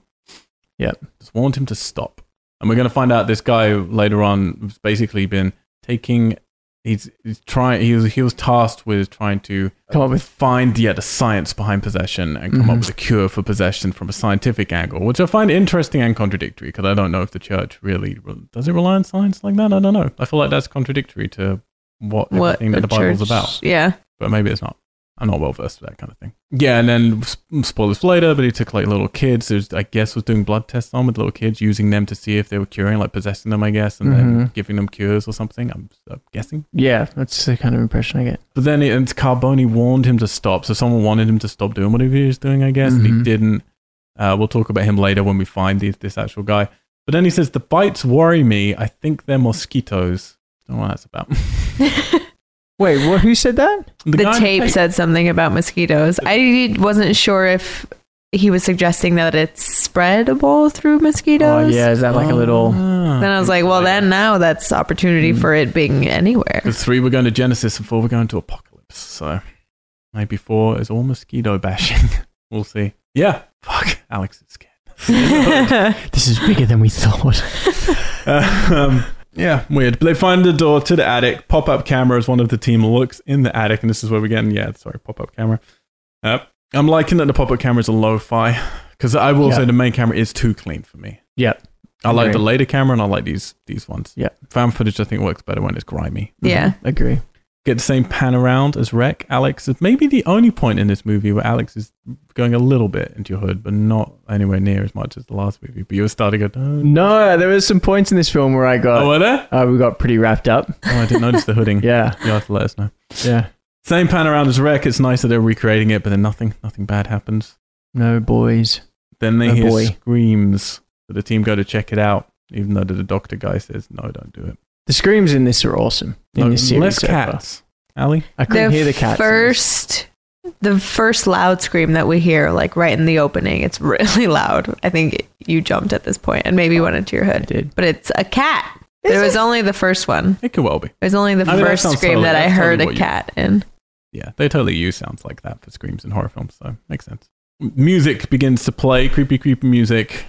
Yep. Just warned him to stop. And we're going to find out this guy later on has basically been taking. He's, he's trying. He was, he was tasked with trying to Come up with find yeah the science behind possession and come up Mhm. with a cure for possession from a scientific angle, which I find interesting and contradictory because I don't know if the church really re- does it rely on science like that. I don't know. I feel like that's contradictory to what, what everything that the Bible's church- about, Yeah. but maybe it's not. I'm not well versed with that kind of thing. Yeah, and then s- spoilers for later, but he took like little kids. There's, I guess, was doing blood tests on with little kids, using them to see if they were curing, like possessing them, I guess, and then Mhm. giving them cures or something. I'm, I'm guessing. yeah. That's the kind of impression I get. But then it, and Carboni warned him to stop. So someone wanted him to stop doing whatever he was doing, I guess, and he Mhm. didn't. Uh, we'll talk about him later when we find these, this actual guy. But then he says, The bites worry me. I think they're mosquitoes. Don't know what that's about. (laughs) Wait, what? Who said that? the guy in tape said something about mosquitoes. I wasn't sure if he was suggesting that it's spreadable through Oh mosquitoes. yeah, is that like a little? Ah. Then I was like, well, then now that's opportunity for it being anywhere. Because three, we're going to Genesis, and four, we're going to Apocalypse. So maybe four is all mosquito bashing. (laughs) we'll see. Yeah. Fuck. Alex is scared. This is bigger than we thought. (laughs) (laughs) um, yeah, weird. But they find the door to the attic. Pop up camera is one of the team looks in the attic, and this is where we're getting. Yeah, sorry, pop up camera. Uh, I'm liking that the pop up camera is a lo fi because I will Yeah. say the main camera is too clean for me. Yep. I like the Agreed. later camera and I like these these ones. Yeah. Found footage I think works better when it's grimy. yeah. Agree. Get the same pan around as Rec. Alex is maybe the only point in this movie where Alex is going a little bit into your hood, but not anywhere near as much as the last movie. But you were starting to go, oh, No, there was some points in this film where I got oh, were there? uh, we got pretty wrapped up. (laughs) Oh, I didn't notice the (laughs) hooding. Yeah, You'll have to let us know. yeah. Same pan around as Wreck. It's nice that they're recreating it, but then nothing, nothing bad happens. No boys. Then they Oh, hear boy. screams. So the team go to check it out, even though the doctor guy says, "No, don't do it." The screams in this are awesome. In No, this series, Oh, less so far. cats. Ali, I couldn't hear the cats. in this. First, the first loud scream that we hear, like right in the opening, it's (laughs) really loud. I think you jumped at this point and maybe went into your I hood, did. but it's a cat. But it was only the first one. it could well be. It was only the I mean, that first sounds scream totally- that I that's heard totally a what you- cat in. Yeah, they totally use sounds like that for screams in horror films, so makes sense. Music begins to play, creepy, creepy music.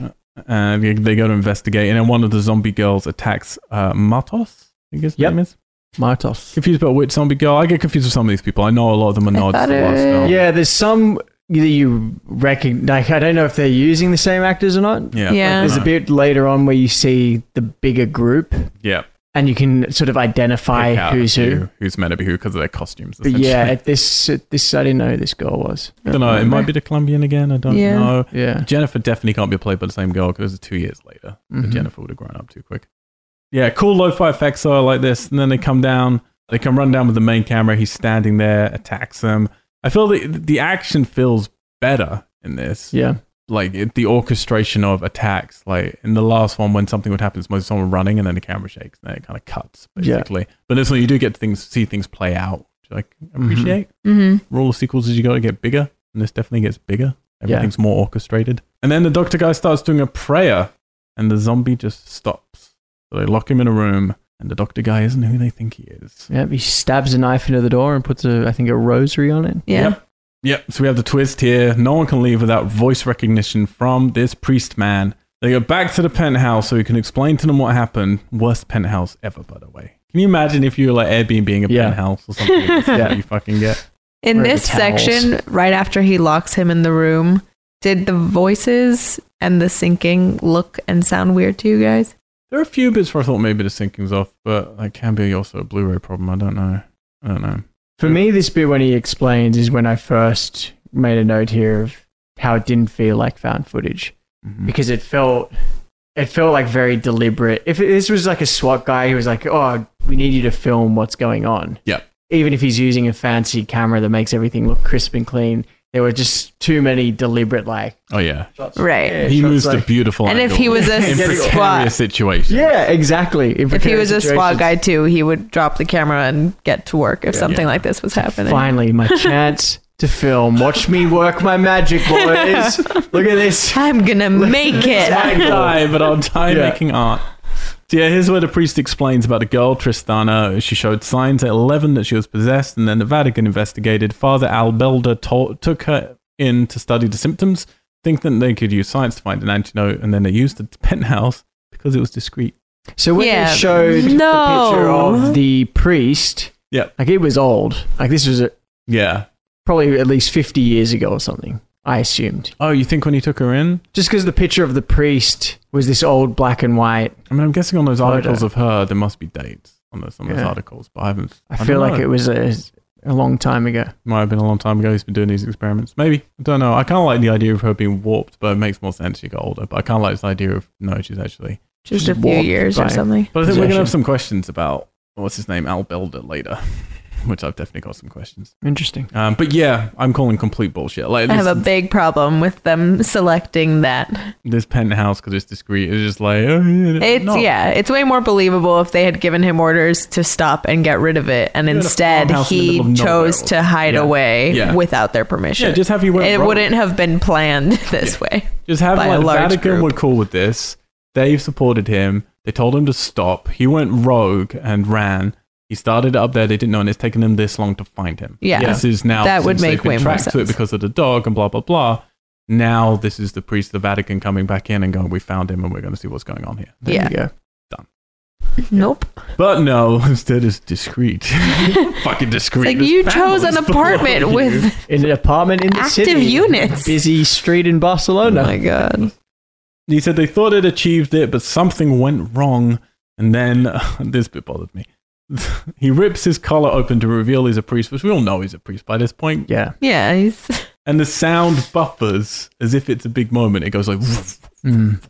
Uh, they, they go to investigate, and then one of the zombie girls attacks uh, Matos. I think his Yep. name is. Martos. Confused about which zombie girl? I get confused with some of these people. I know a lot of them are I nods. thought to the last it- film. Yeah, there's some that you recognize. Like, I don't know if they're using the same actors or not. yeah, Yeah. There's a bit later on where you see the bigger group, yeah. and you can sort of pick identify out who's who. who's meant to be who because of their costumes. But yeah, (laughs) essentially. at this at this I didn't know who this girl was. I don't know. It might be the Colombian again. I don't Yeah. know. Yeah, Jennifer definitely can't be played by the same girl because it's two years later. So Mhm. Jennifer would have grown up too quick. Mm-hmm. Yeah, cool lo-fi effects are like this, and then they come down. They come run down with the main camera. He's standing there, attacks them. I feel the the action feels better in this. Mm-hmm. yeah, Like it, the orchestration of attacks. Like in the last one, when something would happen, it's mostly someone running, and then the camera shakes, and then it kind of cuts Yeah. basically. But this one, you do get things, see things play out, which I c- Mhm. appreciate hmm rule of sequels is you got to get bigger, and this definitely gets bigger. Everything's more orchestrated. And then the doctor guy starts doing a prayer, and the zombie just stops. So they lock him in a room, and the doctor guy isn't who they think he is. yeah. He stabs a knife into the door and puts a I think a rosary on it. Yeah. Yep. Yep. So we have the twist here. No one can leave without voice recognition from this priest man. They go back to the penthouse so he can explain to them what happened. Worst penthouse ever, by the way. Can you imagine if you were like Airbnb a Yeah. penthouse or something? yeah. Yeah. You fucking get. In Where are the this towels? section, right after he locks him in the room, did the voices and the sinking look and sound weird to you guys? There are a few bits where I thought maybe the sinking's off, but that can be also a Blu-ray problem. I don't know. I don't know. For me, this bit when he explains is when I first made a note here of how it didn't feel like found footage Mhm. because it felt it felt like very deliberate. If this was like a SWAT guy who was like, "Oh, we need you to film what's going on," Yeah. even if he's using a fancy camera that makes everything look crisp and clean, there were just too many deliberate like Oh yeah, shots. Right. Yeah, he shots moves like- to beautiful. And if he was angles a (laughs) in squat- precarious (laughs) situation, Yeah, exactly. In If he was precarious a SWAT situations. guy too, he would drop the camera and get to work if something Yeah. (laughs) like this was happening. finally my chance to film. Watch me work my magic, (laughs) boys. Look at this. I'm (laughs) gonna make Tag it. guy. die, but I'll die Yeah. making art. So yeah, here's where the priest explains about a girl, Tristana. She showed signs at 11 that she was possessed, and then the Vatican investigated. Father Albelda to- took her in to study the symptoms, thinking that they could use science to find an antidote, and then they used the penthouse because it was discreet. So when Yeah. they showed No. the picture of the priest, Yep. like it was old. Like this was a, Yeah. probably at least 50 years ago or something, I assumed. Oh, you think when he took her in? Just because the picture of the priest was this old black and white. I mean, I'm guessing on those Photo. articles of her, there must be dates on those, on those Yeah. articles, but I haven't. I, feel don't like know. it was a, a long time ago. Might have been a long time ago. He's been doing these experiments. Maybe. I don't know. I kind of like the idea of her being warped, but it makes more sense she got older. But I kind of like this idea of no, she's actually. Just a few Walked years by. or something. But I think we're going Possession. to have some questions about what's his name, Al Belder later, (laughs) which I've definitely got some questions. Interesting. Um, but yeah, I'm calling complete bullshit. Like I this, have a big problem with them selecting that. this penthouse because it's discreet. It's just like oh, It's yeah, it's way more believable if they had given him orders to stop and get rid of it, and in a instead farmhouse in the he middle of nowhere chose or- to hide Yeah. away Yeah. without their permission. Yeah, just have you. it wouldn't have been planned (laughs) this way. Just have by a like large Vatican group. were cool with this. They've supported him. They told him to stop. He went rogue and ran. He started up there. They didn't know, and it's taken them this long to find him. Yeah. this is now That would since they've make been way more tracked to it sense. because of the dog and blah blah blah. Now this is the priest, of the Vatican, coming back in and going, "We found him, and we're going to see what's going on here." There Yeah. you go. Nope. But no, (laughs) instead (laughs) it's discreet, fucking discreet. Like There's you chose (laughs) an families below apartment you. with In an apartment in the Active city. units. Busy street in Barcelona. Oh my god. He said they thought it achieved it, but something went wrong. And then (laughs) this bit bothered me. (laughs) he rips his collar open to reveal he's a priest, which we all know he's a priest by this point. yeah. Yeah, he's (laughs) And the sound buffers as if it's a big moment. It goes like, (laughs) woof, Mm.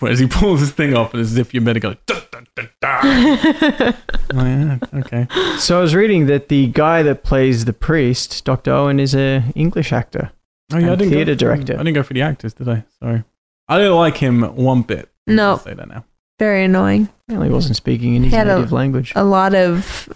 whereas he pulls his thing off, and as if you're meant to go, (laughs) dun, dun, dun, dun. Oh, I'm like, "Yeah, okay. So I was reading that the guy that plays the priest, Dr. Owen, is a English actor. Oh, yeah, And I didn't theatre go, director. I didn't go for the actors, did I? Sorry. I don't like him one bit. No. I'll say that now. very annoying. Apparently wasn't speaking in his He had a- native language. A lot of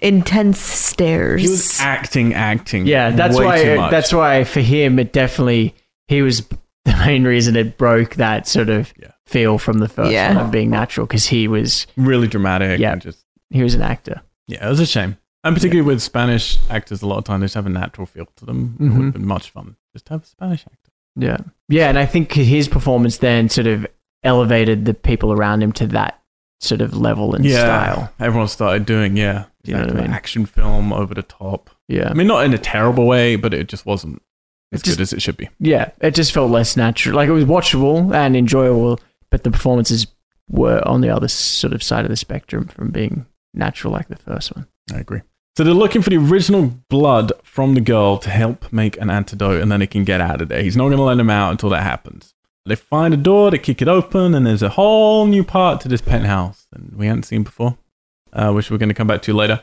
intense stares. He was acting, acting. Yeah, that's way why. Too much. That's why for him, it definitely he was (laughs) the main reason it broke that sort of Yeah. feel from the first Yeah. one of being natural because he was really dramatic. Yeah. and just he was an actor. Yeah, it was a shame. And particularly with Spanish actors, a lot of times they just have a natural feel to them. It would have Mhm. been much fun just to have a Spanish actor. Yeah, yeah, and I think his performance then sort of elevated the people around him to that sort of level and style. Everyone started doing, yeah, You know what I exactly, mean? action film over the top. Yeah, I mean, not in a terrible way, but it just wasn't as It just- good as it should be. yeah, it just felt less natural. Like it was watchable and enjoyable, but the performances were on the other sort of side of the spectrum from being natural like the first one. I agree. So they're looking for the original blood from the girl to help make an antidote, and then they can get out of there. He's not going to let them out until that happens. They find a door, they kick it open, and there's a whole new part to this penthouse that we hadn't seen before, uh, which we're going to come back to later.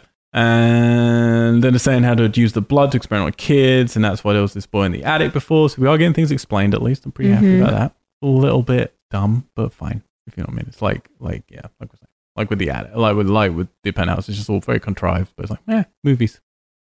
And then they're saying how to use the blood to experiment with kids, and that's why there was this boy in the attic before. So we are getting things explained at least. I'm pretty happy Mhm. about that. A little bit dumb, but fine. If you know what I mean. It's like, like, yeah, like we're saying like with the ad, like with like with the penthouse, it's just all very contrived. But it's like, eh, (laughs) movies.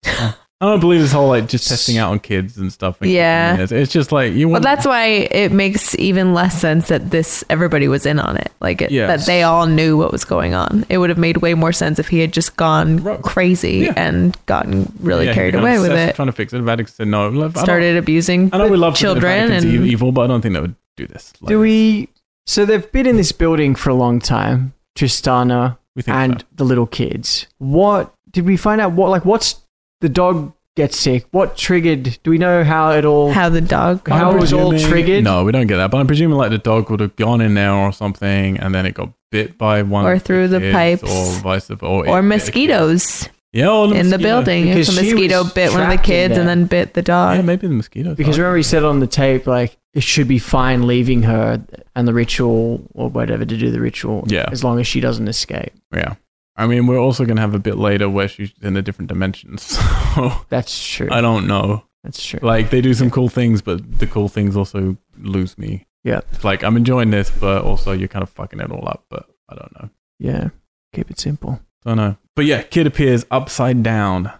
Yeah. I don't believe this whole like just testing out on kids and stuff. and- Yeah. it's, it's just like you well, want. that's why it makes even less sense that this everybody was in on it, like it, that Yes. they all knew what was going on. It would have made way more sense if he had just gone Rogue. crazy Yeah. and gotten really yeah, carried you're kind away of with obsessed it. Trying to fix it. Vatican said no. Look, I don't- Started abusing I know we love children children and and evil, but I don't think they would do this. Like, Do we? So they've been in this building for a long time, Tristana We think and so. the little kids. What did we find out? What like what's the dog gets sick? What triggered? Do we know how it all? how the dog. How I'm it was all presuming- triggered? No, we don't get that. But I'm presuming like the dog would have gone in there or something, and then it got bit by one Or of through the kids, pipes. or vice versa, or, it bit a Or kid. mosquitoes Yeah, or in the mosquito. building. Because If a she mosquito was bit one of the trapped in kids and there. then bit the dog. Yeah, maybe the mosquitoes. Because remember he said on the tape like it should be fine leaving her and the ritual or whatever to do the ritual. Yeah. As long as she doesn't escape. Yeah. I mean, we're also going to have a bit later where she's in a different dimension. So (laughs) That's true. I don't know. That's true. Like, they do some cool things, but the cool things also lose me. Yeah. It's like, I'm enjoying this, but also you're kind of fucking it all up. But I don't know. yeah. Keep it simple. Don't know. But yeah, kid appears upside down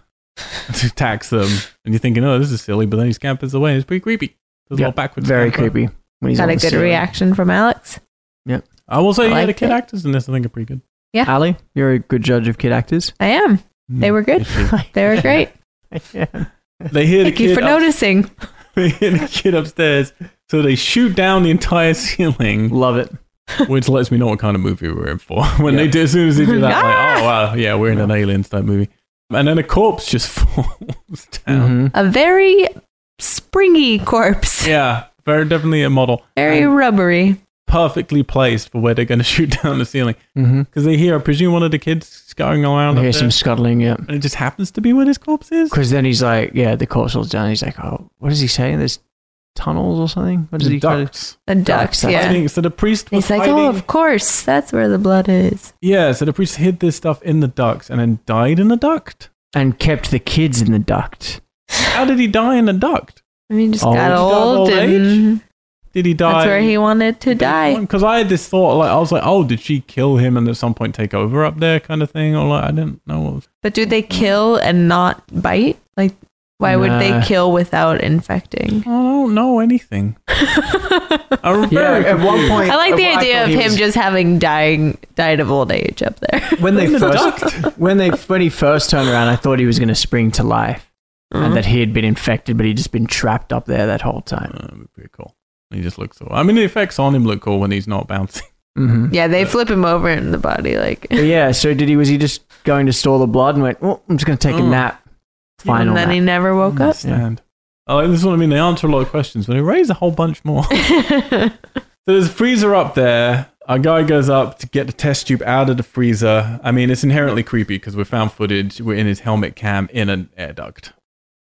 to tax them. And you're thinking, oh, this is silly, but then he scampers away. It's pretty creepy. There's a Yeah, little backwards. Very scamper. creepy. When he's Got on a the good ceiling. reaction from Alex. I will say, I yeah, the liked kid it. actors in this I think are pretty good. Ali, you're a good judge of (laughs) kid actors. I am. They were good. (laughs) (laughs) They were great. yeah. they hear the Thank you kid for up- noticing. they hear the kid upstairs, so they shoot down the entire ceiling, Love it. (laughs) which lets me know what kind of movie we're in for. (laughs) When they Yeah. do, as soon as they do (laughs) that, I'm Ah! like, oh wow, yeah, we're in an alien type movie. And then a corpse just falls down. Mhm. A very springy corpse. (laughs) Yeah, very definitely a model, Very rubbery. perfectly placed for where they're going to shoot down the ceiling. Mhm. Because they hear, I presume, one of the kids going around. I up hear some there, scuttling, yeah. and it just happens to be where this corpse is. Because then he's like, yeah, the corpse falls down. He's like, oh, what does he say? There's tunnels or something? What does he call it? Ducks. The ducks, that's yeah. Fighting. So the priest was He's like, hiding- oh, of course. That's where the blood is. yeah. So the priest hid this stuff in the ducks and then died in the duct. And kept the kids in the duct. How did he die in the duct? I mean, just Oh, got he's got old, old and Did he die? that's where he wanted to die. Because I had this thought, like I was like, oh, did she kill him and at some point take over up there, kind of thing, or like I didn't know. What was- But do they kill and not bite? Like, why would they Nah. kill without infecting? (laughs) I don't know anything. I'm very confused. I like the idea of him just having dying died of old age up there. when they In the first (laughs) duct. when they when he first turned around, I thought he was going to spring to life and that he had been infected, but he'd just been trapped up there that whole time. Uh, it'd be pretty cool. He just looks cool. I mean, the effects on him look cool when he's not bouncing. (laughs) Mm-hmm. Mm. Yeah, they flip him over in the body. Like, But yeah, so did he? Was he just going to store the blood and went? Oh, I'm just going to take a Mm. nap. Final and then he nap. never woke up. Understand. Oh, this is what I mean. They answer a lot of questions, but they raise a whole bunch more. (laughs) So there's a freezer up there. A guy goes up to get the test tube out of the freezer. I mean, it's inherently creepy because we found footage. We're in his helmet cam in an air duct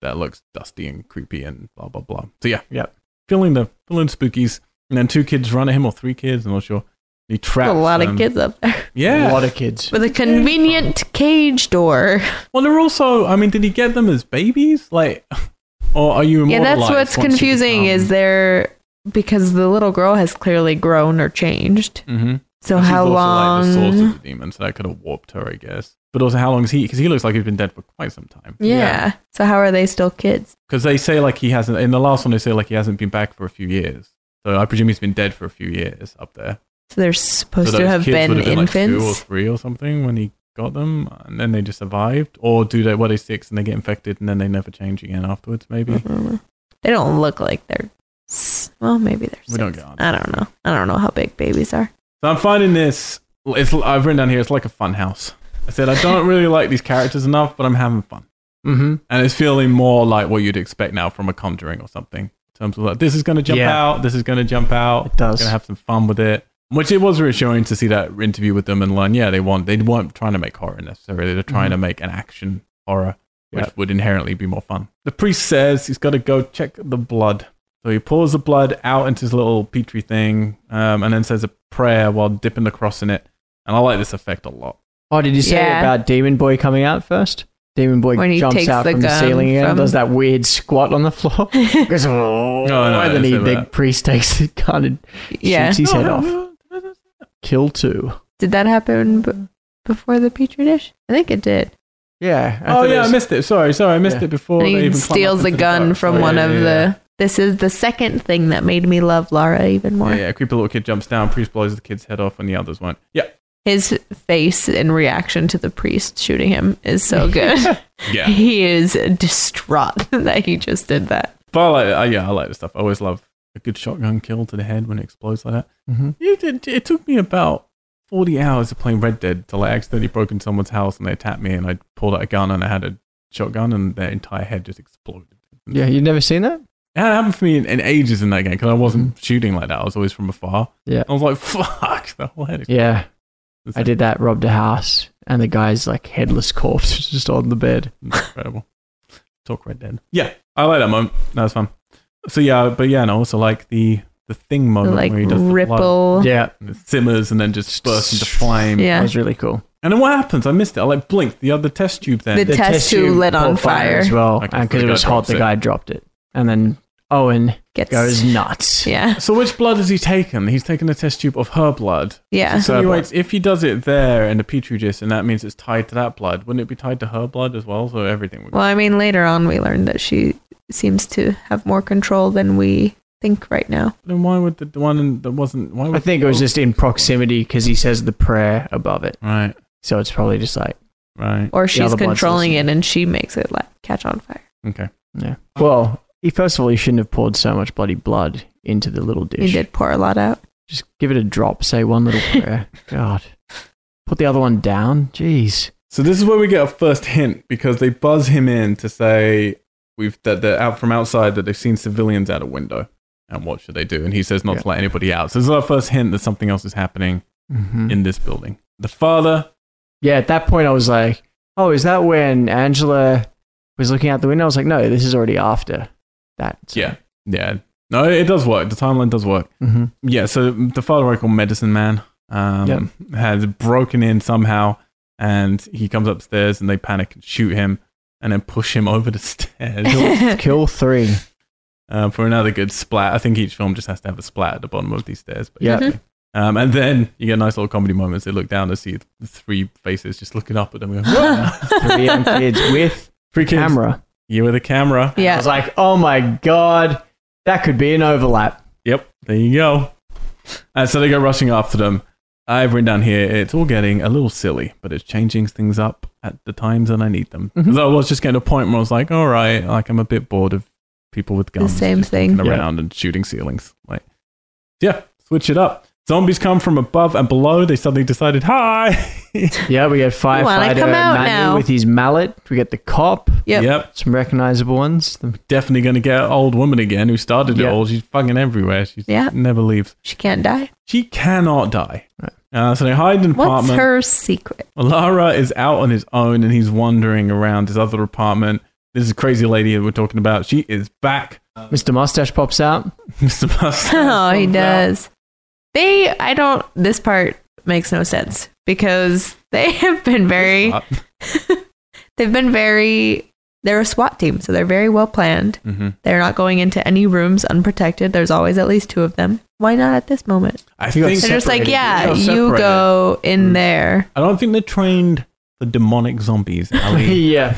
that looks dusty and creepy and blah blah blah. So yeah, Yep. feeling the feeling spookies. And then two kids run at him, or three kids. I'm not sure. He (laughs) traps a lot them. of kids up there Yeah. A lot of kids. with a convenient cage door. well, they're also. I mean, did he get them as babies? Like, (laughs) or are you? Yeah, that's immortalized what's once you confusing. become- Is there because the little girl has clearly grown or changed. Mhm. So And she's how also, like, the source long? of the demon, so that could have warped her, I guess. But also, how long is he? Because he looks like he's been dead for quite some time. yeah. So how are they still kids? Because they say like he hasn't. In the last one, they say like he hasn't been back for a few years. So I presume he's been dead for a few years up there. So they're So supposed those to have kids been would have been like two or infants. three or something when he got them, and then they just survived. Or do they? What they six and they get infected, and then they never change again afterwards? Maybe. Mm. They don't look like they're. s- Well, maybe they're. We don't six. get on I don't know. I don't know how big babies are. So I'm finding this. It's, I've written down here. It's like a fun house. I said I don't really like these characters enough, but I'm having fun. Mm-hmm. and it's feeling more like what you'd expect now from a conjuring or something in terms of like this is going to jump Yeah. out this is going to jump out It does. going to have some fun with it which it was reassuring to see that interview with them and learn yeah they want they weren't trying to make horror necessarily they're trying to make an action horror which Mm-hmm. Yeah. would inherently be more fun the priest says he's got to go check the blood so he pours the blood out into his little petri thing um, and then says a prayer while dipping the cross in it and i like this effect a lot Oh, did you say Yeah. about Demon Boy coming out first? Demon Boy When he jumps takes out the from the gun ceiling again, from- and does that weird squat on the floor. (laughs) Goes, oh, No, no, and then it's he, not the that. priest takes the gun and yeah. shoots his No, head no, (laughs) off. no, no, no, no. Kill two. Did that happen b- before the petri dish? I think it did. Yeah. oh yeah, I missed it. Sorry, sorry, I missed Yeah. it before. And they he even climb steals up the into gun dark. from Oh, one yeah, of yeah, the. This is the second thing that made me love Lara even more. Yeah, yeah, creepy little kid jumps down, priest blows the kid's head off, and the others won't. Yeah, His face in reaction to the priest shooting him is (laughs) so good. yeah. he is distraught (laughs) that he just did that. but I like, uh, yeah, I like this stuff. I always love a good shotgun kill to the head when it explodes like that. Mhm. You did. It took me about forty hours of playing Red Dead till I accidentally broke into someone's house and they attacked me, and I pulled out a gun and I had a shotgun, and their entire head just exploded. (laughs) Yeah, you've never seen that? It hadn't happened for me in, in ages in that game because I wasn't shooting like that. I was always from afar. Yeah. I was like, (laughs) fuck, the whole head. Yeah, It's I did that. Robbed a house, and the guy's like headless corpse (laughs) was just on the bed. Incredible. (laughs) Talk Red Dead. Yeah, I like that moment. That was fun. So yeah, but yeah, and I also like the the thing The, moment like where he does the blood ripple. Yeah, and it simmers and then just bursts into flame. that Yeah. was really cool. And then what happens? I missed it. I like blinked the other test tube then. The The test test tube tube lit on caught fire fire. as well, Okay, and so because the it guy was hot, drops the it. guy dropped it, and then Owen Gets goes (laughs) nuts. Yeah. So which blood has he taken? He's taken a test tube of her blood. Yeah. So anyways, if he does it there in the petri dish, and that means it's tied to that blood, wouldn't it be tied to her blood as well? So everything would. Well, I mean, later on we learned that she seems to have more control than we think right now. then why would the, the one that wasn't? Why would I think it was just in proximity because he says the prayer above it. Right. So it's probably just like, Right. Or she's the blood controlling it system. and she makes it like, catch on fire. Okay. yeah. Well, he first of all, he shouldn't have poured so much bloody blood into the little You dish. did pour a lot out. Just give it a drop. Say one (laughs) little prayer. God. Put the other one down. Jeez. So this is where we get our first hint because they buzz him in to say we've that they're out from outside that they've seen civilians out a window. And what should they do? And he says not to let anybody out. So this is our first hint that something else is happening Mhm. in this building. The father Yeah, at that point, I was like, oh, is that when Angela was looking out the window? I was like, no, this is already after that. So- Yeah. Yeah. No, it does work. The timeline does work. Mhm. Yeah. So the father I call Medicine Man um, Yep. has broken in somehow and he comes upstairs and they panic and shoot him and then push him (laughs) over (laughs) the stairs Kill three. uh, for another good splat. I think each film just has to have a splat at the bottom of these stairs. But Yeah. Um, and then you get nice little comedy moments. They look down to see the three faces just looking up at them. Mm-hmm. (laughs) Going, "What?" three young (laughs) kids with Three kids. camera. You with a camera. I yeah. was like, oh my God, that could be an overlap. Yep, there you go. And so they go rushing after them. I've written down here, it's all getting a little silly, but it's changing things up at the times that I need them. Mhm. Because I was just getting to a point where I was like, all right, like I'm a bit bored of people with guns. same just thing. walking Yeah. around and shooting ceilings. Like, yeah, switch it up. Zombies come from above and below. They suddenly decided, hi. Yeah, we get wanna firefighter come out Manuel now? with his mallet. We get the cop, Yep. some recognizable ones. The- definitely going to get an old woman again who started it Yeah. all. She's fucking everywhere. She Yeah. never leaves. She can't die. She cannot die. Right. Uh, so they hide in an What's apartment. her secret? Lara is out on his own and he's wandering around his other apartment. This is a crazy lady that we're talking about. She is back. (laughs) Mr. Mustache pops out. (laughs) Mr. Mustache. (laughs) Oh, he comes out. does. They, I don't, this part makes no sense because they (laughs) have been very, Uh, (laughs) they've been very, they're a SWAT team. So they're very well planned. mhm. They're not going into any rooms unprotected. There's always at least two of them. Why not at this moment? I He got think They're just like, separated. yeah, Yeah, Mm. you go in there. I don't think they're trained for demonic (laughs) zombies, Ali. yeah.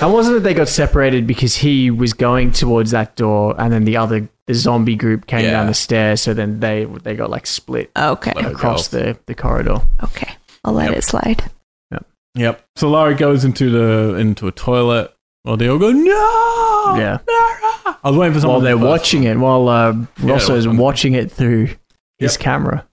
And wasn't it they got separated because he was going towards that door and then the other, the zombie group came Yeah. down the stairs. So then they they got like split Okay. Like- across the, the corridor. Okay. I'll let Yep. it slide. yep. So Lara goes into the into a toilet while they all go, No Yeah. Lara! I was waiting for someone While they're watching it, while uh, Rosso's watching. watching it through his camera.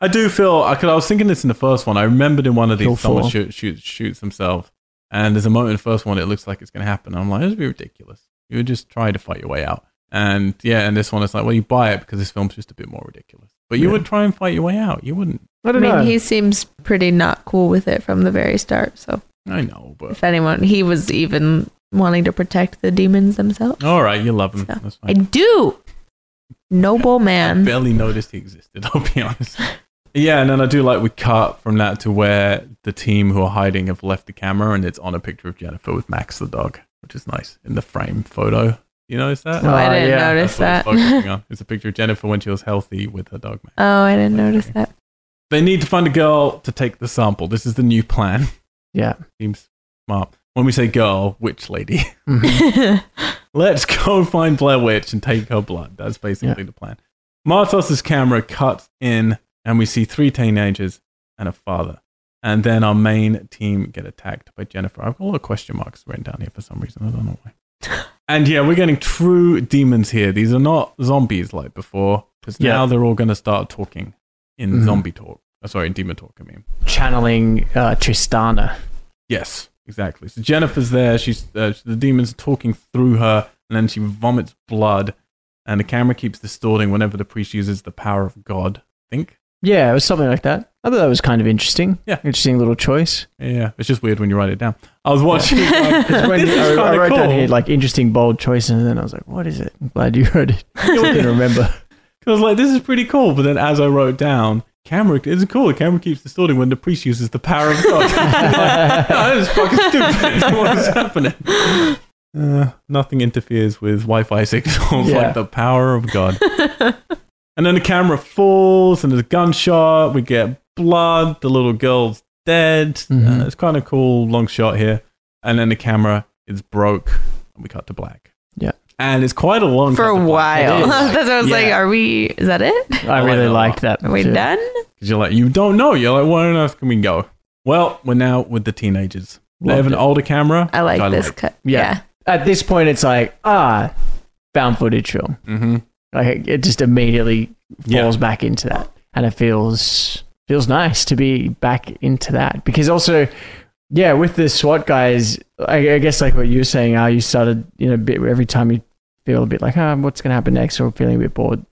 I do feel uh, I could. I was thinking this in the first one. I remembered in one of Kill these, someone four. shoot, shoot, shoots himself, and there's a moment in the first one it looks like it's going to happen. I'm like, this would be ridiculous. You would just try to fight your way out, and yeah, and this one it's like, well, you buy it because this film's just a bit more ridiculous. But you Yeah. would try and fight your way out. You wouldn't. I I don't mean, know. he seems pretty not cool with it from the very start. So I know, but if anyone, he was even wanting to protect the demons themselves. all right, you love him. So, That's I fine. do. Noble I man. barely noticed he existed. (laughs) I'll be honest. Yeah, and then I do like we cut from that to where the team who are hiding have left the camera, and it's on a picture of Jennifer with Max the dog, which is nice in the frame photo. You notice that? Oh, I Oh, didn't yeah. notice That's that. what it's focusing on. It's a picture of Jennifer when she was healthy with her dog. Max. (laughs) oh, I didn't notice (laughs) that. They need to find a girl to take the sample. This is the new plan. yeah. Seems smart. When we say girl, witch lady. Mm-hmm. Mhm. Let's (laughs) go find Blair Witch and take her blood. That's basically the plan. Martos's camera cuts in, and we see three teenagers and a father. And then our main team get attacked by Jennifer. I've got a lot of question marks written down here for some reason. I don't know why. and yeah, we're getting true demons here. These are not zombies like before, because Yeah. now they're all going to start talking in Mhm. zombie talk. Oh, sorry, in demon talk, I mean. Channeling uh, Tristana. Yes, exactly. So Jennifer's there. She's uh, the demons are talking through her, and then she vomits blood. And the camera keeps distorting whenever the priest uses the power of God. I think. Yeah, it was something like that. I thought that was kind of interesting. Yeah. Interesting little choice. Yeah, it's just weird when you write it down. I (laughs) was watching. It's when (laughs) This is I, I kinda wrote down cool. here like interesting bold choices, and then I was like, "What is it?" I'm glad you wrote it. I can (laughs) remember. I was like, this is pretty cool. But then as I wrote down, camera it's cool. The camera keeps distorting when the (laughs) (laughs) priest (laughs) uses the power of God. I'm like, "No, this is fucking stupid. what is happening? uh, nothing interferes with Wi-Fi signals Yeah. like the power of God. and then the camera falls, and there's a gunshot. We get blood. The little girl's dead. Mhm. Uh, it's kind of cool. Long shot here, and then the camera is broke, and we cut to black. Yeah. and it's quite a long for a while. It is. That's what I was like, Yeah. are we, is that it? I I like really that a like that. Are we too. done? because you're like you don't know. You're like, where on earth can we go? Well, we're now with the teenagers. They have Loved an it. older camera. I like this cut. Yeah. At this point, it's like ah, found footage film. Mm-hmm. Like it just immediately Yeah. falls back into that, and it feels feels nice to be back into that because also, yeah, with the SWAT guys, I, I guess like what you were saying, how you started, you know, a bit every time you feel a bit like ah, what's going to happen next, or feeling a bit bored,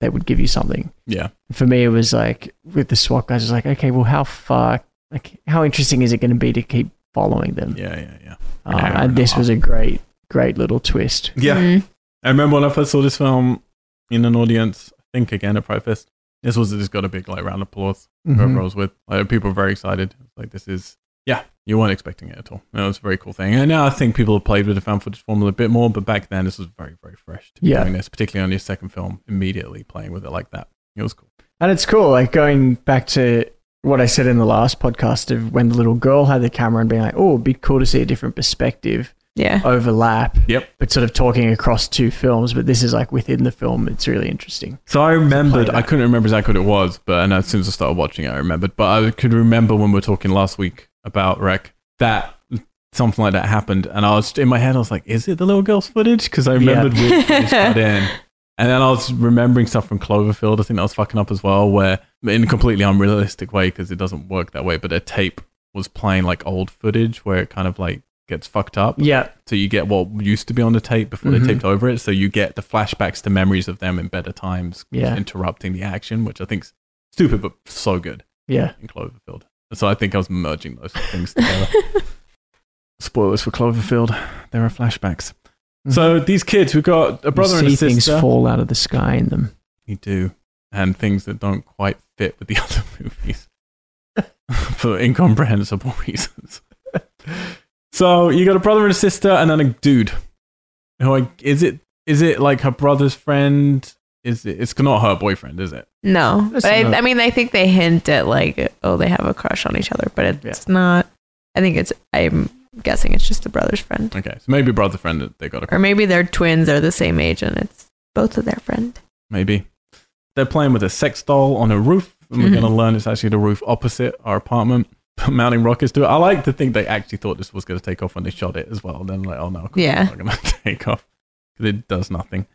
they would give you something. Yeah. For me, it was like with the SWAT guys, it's like okay, well, how far, like how interesting is it going to be to keep following them? Yeah. Yeah. Yeah. Uh-huh. Um, An hour and and a this half. was a great, great little twist. Yeah. Mhm. I remember when I first saw this film in an audience, I think again at Pride Fest, this was just got a big like round of applause. Mm-hmm. Whoever I was with, like, people were very excited. Like this is, yeah, you weren't expecting it at all. And it was a very cool thing. And now I think people have played with the found footage formula a bit more, but back then this was very very fresh to be Yeah. doing this, particularly on your second film, immediately playing with it like that. It was cool. And it's cool, like going back to what I said in the last podcast of when the little girl had the camera and being like, oh, it'd be cool to see a different perspective Yeah. overlap, Yep. but sort of talking across two films. But this is like within the film, it's really interesting. So I remembered, that. I couldn't remember exactly what it was, but and as soon as I started watching it, I remembered. But I could remember when we were talking last week about Rec that something like that happened, and I was in my head, I was like, "Is it the little girl's footage?" Because I remembered we things cut in, and then I was remembering stuff from Cloverfield. I think that was fucking up as well, where in a completely unrealistic way because it doesn't work that way, but a tape was playing like old footage where it kind of like gets fucked up Yeah. so you get what used to be on the tape before Mhm. they taped over it so you get the flashbacks to memories of them in better times Yeah. interrupting the action which i think's stupid but so good Yeah. in cloverfield so i think i was merging those (laughs) things together (laughs) spoilers for cloverfield there are flashbacks so these kids we've got a you brother and see a things sister fall out of the sky in them. you do and things that don't quite fit with the (laughs) other movies for incomprehensible (laughs) reasons so you got a brother and a sister and then a dude who I, is it is it like her brother's friend is it it's not her boyfriend is it No. But I, not- I mean, I think they hint at like, oh, they have a crush on each other, but it's not. I think it's, I'm guessing it's just the brother's friend. okay so maybe brother friend that they got a Or maybe their twins are the same age and it's both of their friend. maybe they're playing with a sex doll on a roof and we're Mhm. going to learn it's actually the roof opposite our apartment (laughs) mounting rockets to it i like to think they actually thought this was going to take off when they shot it as well then like oh no (laughs) of course Yeah. it's not going to take off 'Cause it does nothing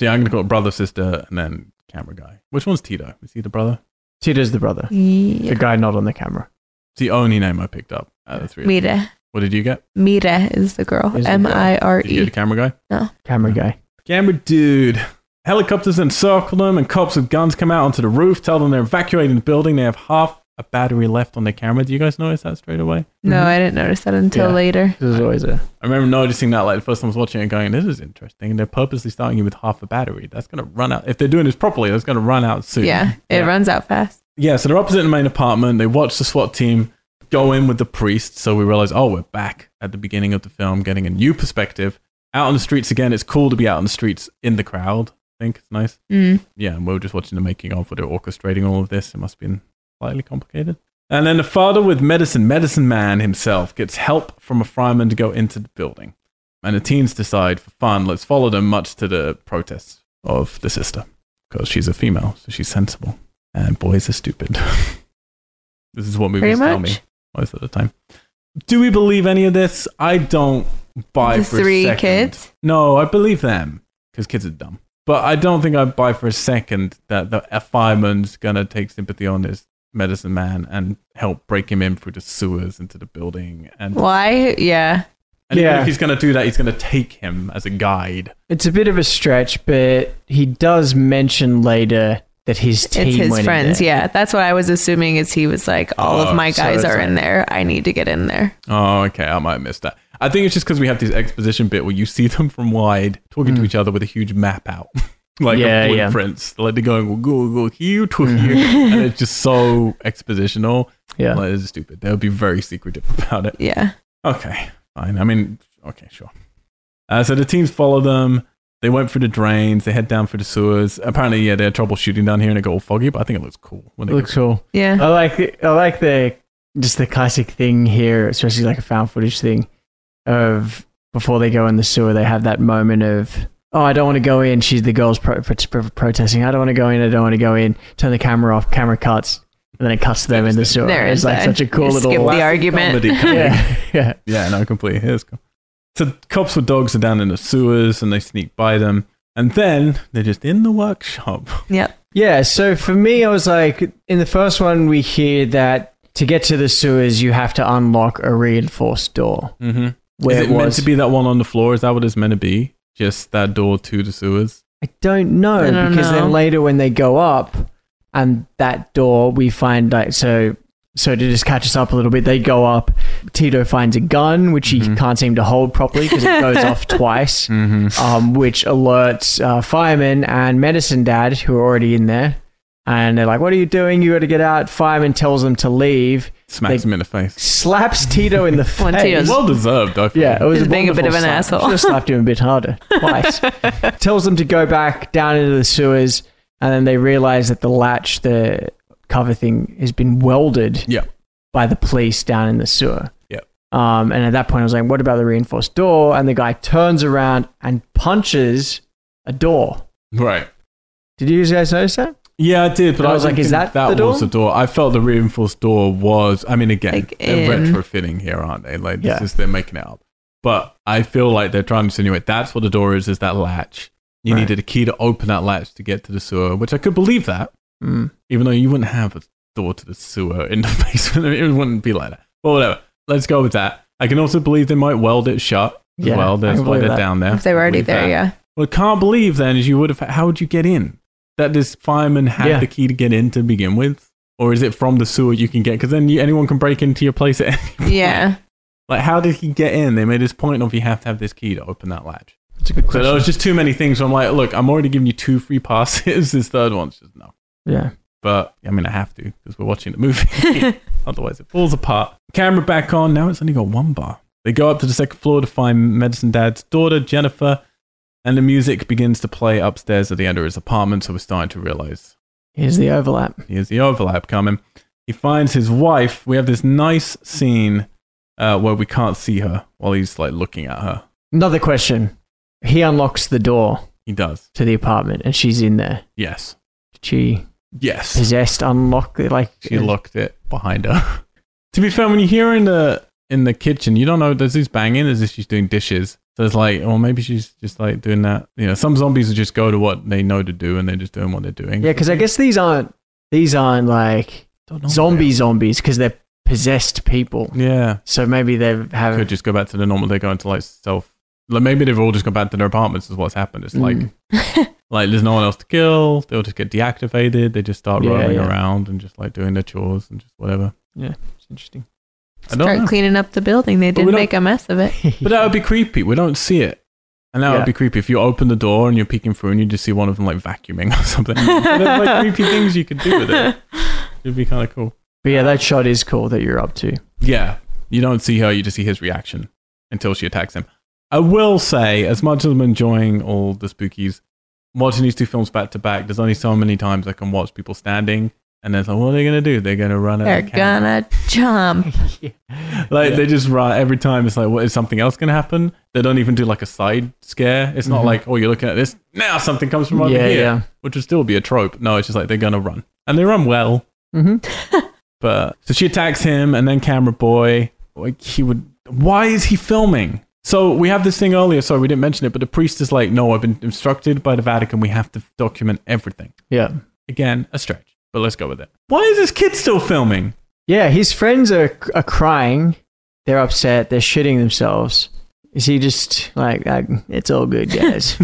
so yeah, i'm going to call it brother sister and then camera guy which one's tito is he the brother Tito's the brother, Yeah. the guy not on the camera. it's the only name i picked up out of the three Mira. what did you get Mira is the girl. Is the girl. M I R did you get E. the camera guy Camera guy. Camera dude. Helicopters encircle them, and cops with guns come out onto the roof, tell them they're evacuating the building. They have half a battery left on their camera. Do you guys notice that straight away? Mm-hmm. No, I didn't notice that until Yeah. later. This is always a. I remember noticing that like the first time I was watching it and going, this is interesting. And they're purposely starting you with half a battery. That's going to run out. If they're doing this properly, that's going to run out soon. Yeah. It Yeah. runs out fast. Yeah, so they're opposite the main apartment. They watch the SWAT team go in with the priest. So we realize, oh, we're back at the beginning of the film, getting a new perspective. Out on the streets again. It's cool to be out on the streets in the crowd. I think it's nice. Mm. yeah, and we were just watching the making of, where they're orchestrating all of this. It must have been slightly complicated. And then the father with medicine, medicine man himself, gets help from a fireman to go into the building. And the teens decide, for fun, let's follow them, much to the protests of the sister, because she's a female, so she's sensible. And boys are stupid. (laughs) this is what Pretty movies tell me much. most of the time. Do we believe any of this? I don't buy The for a three second. kids? No, I believe them because kids are dumb. But I don't think I buy for a second that the a fireman's gonna take sympathy on this medicine man and help break him in through the sewers into the building. And, Why? Yeah. and even Yeah. if he's gonna do that, he's gonna take him as a guide. It's a bit of a stretch, but he does mention later that his team It's his went in friends. there. Yeah. That's what I was assuming is he was like, all Oh, of my so guys it's are in like- there. I need to get in (laughs) there. Oh, okay, I might have missed that. I think it's just because we have this exposition bit where you see them from wide talking to each other with a huge map out, like Yeah, of yeah. blueprints. Like they're going, "We'll go, we'll go here to here," and it's just so expositional. Yeah. Like, it's (laughs) stupid. They would be very secretive about it. Yeah. Okay, fine. I mean, okay, sure. Uh, so the teams follow them. They went through the drains. They head down through the sewers. Apparently, yeah, they had trouble shooting down here and it got all foggy, but I think it looks cool. (laughs) When It they looks cool. Yeah. I like I like the just the classic thing here, especially like a found footage thing of before they go in the sewer, they have that moment of oh, I don't want to go in. She's the girl's pro- pro- pro- protesting. I don't want to go in. I don't want to go in. Turn the camera off. Camera cuts, and then it cuts to them in the sewer. Oh, There it's is like that. such a cool You little skip (laughs) Classic the argument. (laughs) comedy coming. yeah yeah. Yeah, no, completely. Here's cool. So cops with dogs are down in the sewers and they sneak by them. And then they're just in the workshop. yep. Yeah, so for me, I was like, in the first one, we hear that to get to the sewers, you have to unlock a reinforced door. Mm-hmm. Where is it, it meant was, to be that one on the floor? Is that what it's meant to be? Just that door to the sewers? I don't know I don't because know. then later when they go up, and that door, we find like so. So to just catch us up a little bit, they go up. Tito finds a gun which he Mhm. can't seem to hold properly because it (laughs) goes off twice, Mm-hmm. um, which alerts uh, firemen and medicine dad who are already in there. And they're like, "What are you doing? You got to get out!" Fireman tells them to leave. Smacks They- him in the face. slaps Tito in the (laughs) Well, face. Tito's- Well deserved, I think. yeah, it was He's being a bit wonderful of an asshole. slap. Should have slapped him a (laughs) bit harder twice. Tells them to go back down into the sewers, and then they realize that the latch, the cover thing, has been welded. Yeah. By the police down in the sewer. Yeah. Um, and at that point, I was like, "What about the reinforced door?" And the guy turns around and punches a door. Right. Did you guys notice that? Yeah, I did, but I was like, "Is that that the was door? the door?" I felt the reinforced door was. I mean, again, Like, they're in- retrofitting here, aren't they? Like, this Yeah. is they're making it up. But I feel like they're trying to insinuate that's what the door is. Is that latch? You Right. needed a key to open that latch to get to the sewer, which I could believe that, Mm. even though you wouldn't have a door to the sewer in the (laughs) basement. It wouldn't be like that. But whatever. Let's go with that. I can also believe they might weld it shut as Yeah, I well. can That's why believe they're that. down there. If they were already Believe there, that. yeah. What I can't believe then is you would have. How would you get in? That this fireman had Yeah. the key to get in to begin with, or is it from the sewer you can get? Because then you, anyone can break into your place. At, Yeah. like, how did he get in? They made this point of you have to have this key to open that latch. It's a good So question. there was just too many things. I'm like, look, I'm already giving you two free passes. (laughs) This third one's just no. yeah. But I mean, I have to because we're watching the movie. Otherwise, it falls apart. Camera back on. Now it's only got one bar. They go up to the second floor to find Medicine Dad's daughter, Jennifer, and the music begins to play upstairs at the end of his apartment. So we're starting to realize Here's the overlap. here's the overlap coming. He finds his wife. We have this nice scene uh, where we can't see her while he's like looking at her. Another question. He unlocks the door. He does. to the apartment and she's in there. Yes. She Yes. possessed, unlocked, like She locked it behind her. (laughs) to be fair, when you hear her in the in the kitchen, you don't know does this banging, is this she's doing dishes? So it's like, well, maybe she's just like doing that. You know, some zombies will just go to what they know to do, and they're just doing what they're doing. Yeah, because I guess these aren't these aren't like Don't know. zombie zombies because they're possessed people. Yeah, So maybe they have could just go back to the normal. They go into like self. Like maybe they've all just gone back to their apartments. Is what's happened. It's like, Mm. (laughs) like there's no one else to kill. They'll just get deactivated. They just start Yeah, roaming yeah. around and just like doing their chores and just whatever. It's (laughs) interesting. I don't Start know. cleaning up the building. They But didn't we don't- make a mess of it. But uh, that would be creepy. We don't see it. And that Yeah. would be creepy if you open the door and you're peeking through and you just see one of them like vacuuming or something. (laughs) There's like creepy (laughs) things you could do with it. It'd be kind of cool. But yeah, that shot is cool that you're up to. Yeah. You don't see her, you just see his reaction until she attacks him. I will say, as much as I'm enjoying all the spookies, watching these two films back to back, there's only so many times I can watch people standing and it's like, what are they going to do? They're going to run at They're the camera. gonna jump. Like Yeah. they just run every time. It's like, what is something else going to happen? They don't even do like a side scare. It's not Mhm. like, oh, you're looking at this now. Something comes from over yeah, here, yeah. which would still be a trope. No, it's just like they're gonna run, and they run well. Mm-hmm. But so she attacks him, and then camera boy, like he would. Why is he filming? So we have this thing earlier. Sorry, we didn't mention it, but the priest is like, no, I've been instructed by the Vatican. We have to document everything. Yeah. Again, a stretch, but let's go with it. Why is this kid still filming? Yeah, his friends are, are crying. They're upset. They're shitting themselves. Is he just like, "Ah, it's all good, (laughs) guys?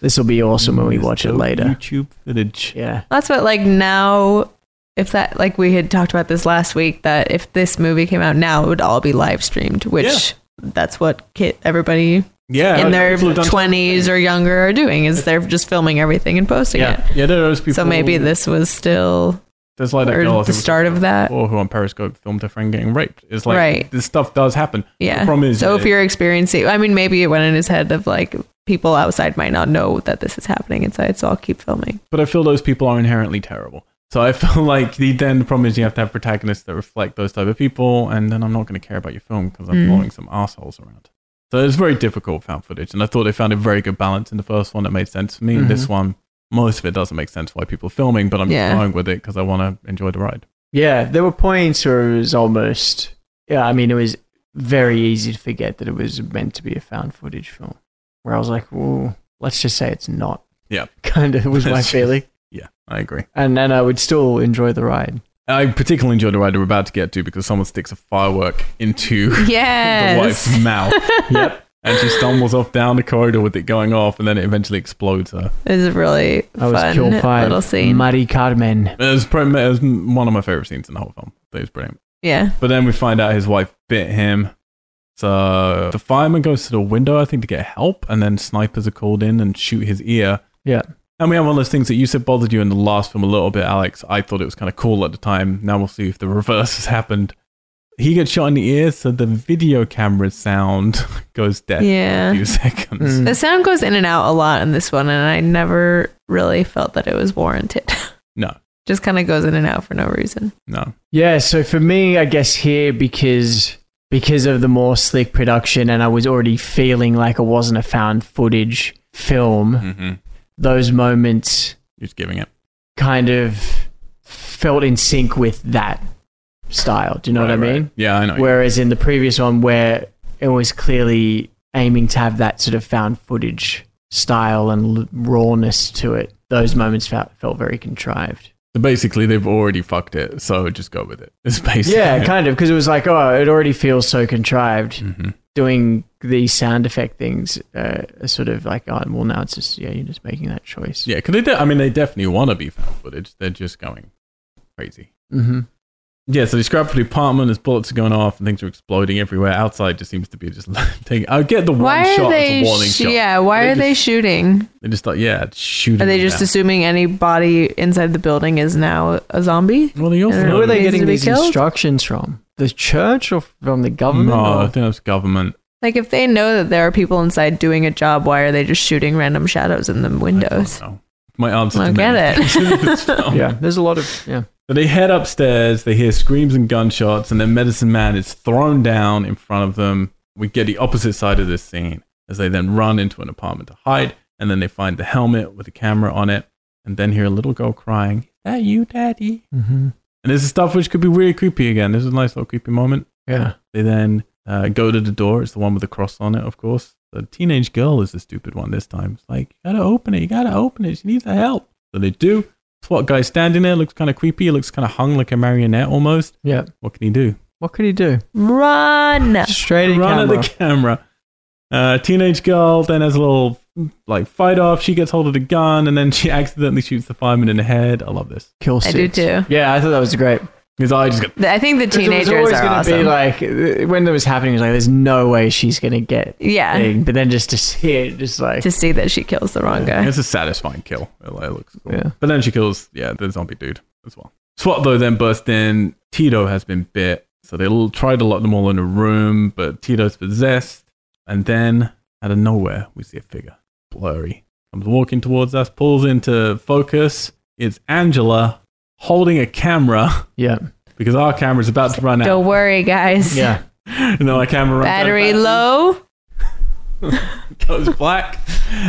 this will be awesome when we There's watch it no later. YouTube footage. Yeah. That's what like now if that like we had talked about this last week that if this movie came out now it would all be live streamed, which that's what kid everybody Yeah, in their people have done twenties or younger are doing is they're just filming everything and posting Yeah, yeah, there are those people. it. So maybe this was still There's like that Or girl I the think we start talked of about that. before who on Periscope filmed her friend getting raped. It's like Right. this stuff does happen. Yeah. The problem is, so if it- you're experiencing, I mean, maybe it went in his head of like people outside might not know that this is happening inside, so I'll keep (laughs) filming. but I feel those people are inherently terrible. So I (laughs) feel like the then the problem is you have to have protagonists that reflect those type of people, and then I'm not going to care about your film because I'm Mm. following some assholes around. So it's very difficult found footage, and I thought they found a very good balance in the first one that made sense for me. In this one, most of it doesn't make sense why people are filming, but I'm Mm-hmm. Yeah. going with it because I want to enjoy the ride. Yeah, there were points where it was almost. Yeah, I mean, it was very easy to forget that it was meant to be a found footage film. Where I was like, "Ooh, let's just say it's not." (laughs) Yeah. kind of was my Let's just- feeling, Yeah, I agree. and then I would still enjoy the ride. I particularly enjoyed the ride we're about to get to because someone sticks a firework into the Yes. wife's mouth. (laughs) yep. And she stumbles off down the corridor with it going off, and then it eventually explodes her. This is really I was fun kill five. little scene. Mari Carmen. It was, prim- it was one of my favorite scenes in the whole film. It was brilliant. yeah. But then we find out his wife bit him. So the fireman goes to the window, I think, to get help, and then snipers are called in and shoot his ear. Yeah. And we have one of those things that you said bothered you in the last film a little bit, Alex. I thought it was kind of cool at the time. Now we'll see if the reverse has happened. He gets shot in the ear, so the video camera sound goes dead in a Yeah. few seconds. Mm. The sound goes in and out a lot in this one, and I never really felt that it was warranted. (laughs) No, Just kind of goes in and out for no reason. no. Yeah, so for me, I guess here because because of the more slick production, and I was already feeling like it wasn't a found footage film. Mm-hmm. Those moments Just giving it. kind of felt in sync with that style. Do you know what Right, I right. Oh, mean? Yeah, I know. Whereas in the previous one, where it was clearly aiming to have that sort of found footage style and l- rawness to it, those moments felt, felt very contrived. So basically, they've already fucked it, so just go with it. (laughs) It's basically Yeah, kind of, because it was like, oh, it already feels so contrived. Mhm. Doing these sound effect things uh, are sort of like, oh, well, now it's just, yeah, you're just making that choice. Yeah, because they, de- I mean, they definitely want to be found footage. They're just going crazy. Mm-hmm. Yeah, so they scrap for the apartment. There's bullets are going off, and things are exploding everywhere. Outside just seems to be just (laughs) taking. I get the one Why shot are they? as a warning sh- shot. Yeah. Why They are they just- shooting? They just like yeah, shooting. Are they them just down. assuming any body inside the building is now a zombie? well, they also Yeah. Who are they Needs to getting be these killed? instructions from? The church or from the government? No, I or- think that's government. Like, if they know that there are people inside doing a job, why are they just shooting random shadows in the windows? I don't know. My answer. I don't to get many it. things (laughs) in this film. yeah, Oh. there's a lot of, yeah. So they head upstairs, they hear screams and gunshots, and then Medicine Man is thrown down in front of them. We get the opposite side of this scene as they then run into an apartment to hide, and then they find the helmet with the camera on it, and then hear a little girl crying, Is that you, Daddy? Mm-hmm. And this is stuff which could be really creepy again. This is a nice little creepy moment. Yeah. They then uh, go to the door. It's the one with the cross on it, of course. The teenage girl is the stupid one this time. It's like, you gotta open it. You gotta open it. She needs the help. So they do. SWAT guy standing there looks kind of creepy. He looks kind of hung like a marionette almost. Yeah. What can he do? What could he do? Run! Straight at Run camera. at the camera. Uh, teenage girl then has a little like fight off. She gets hold of the gun and then she (laughs) accidentally shoots the fireman in the head. I love this. Kill I six. do too. Yeah, I thought that was great. His eye just got Th- I think the teenagers are gonna awesome. be like uh, when it was happening, it was like, "There's no way she's gonna get." yeah, Thing. But then just to see it, just like to see that she kills the wrong guy. It's a satisfying kill. It, like, looks cool. Yeah. But then she kills, yeah, the zombie dude as well. SWAT though then bursts in. Tito has been bit, so they l- try to lock them all in a room, but Tito's possessed. And then out of nowhere, we see a figure, blurry, comes walking towards us, pulls into focus. It's Angela holding a camera (laughs) yeah, because our camera's about to run out. Don't worry, guys. yeah. (laughs) And then our camera runs out of Battery low. goes black.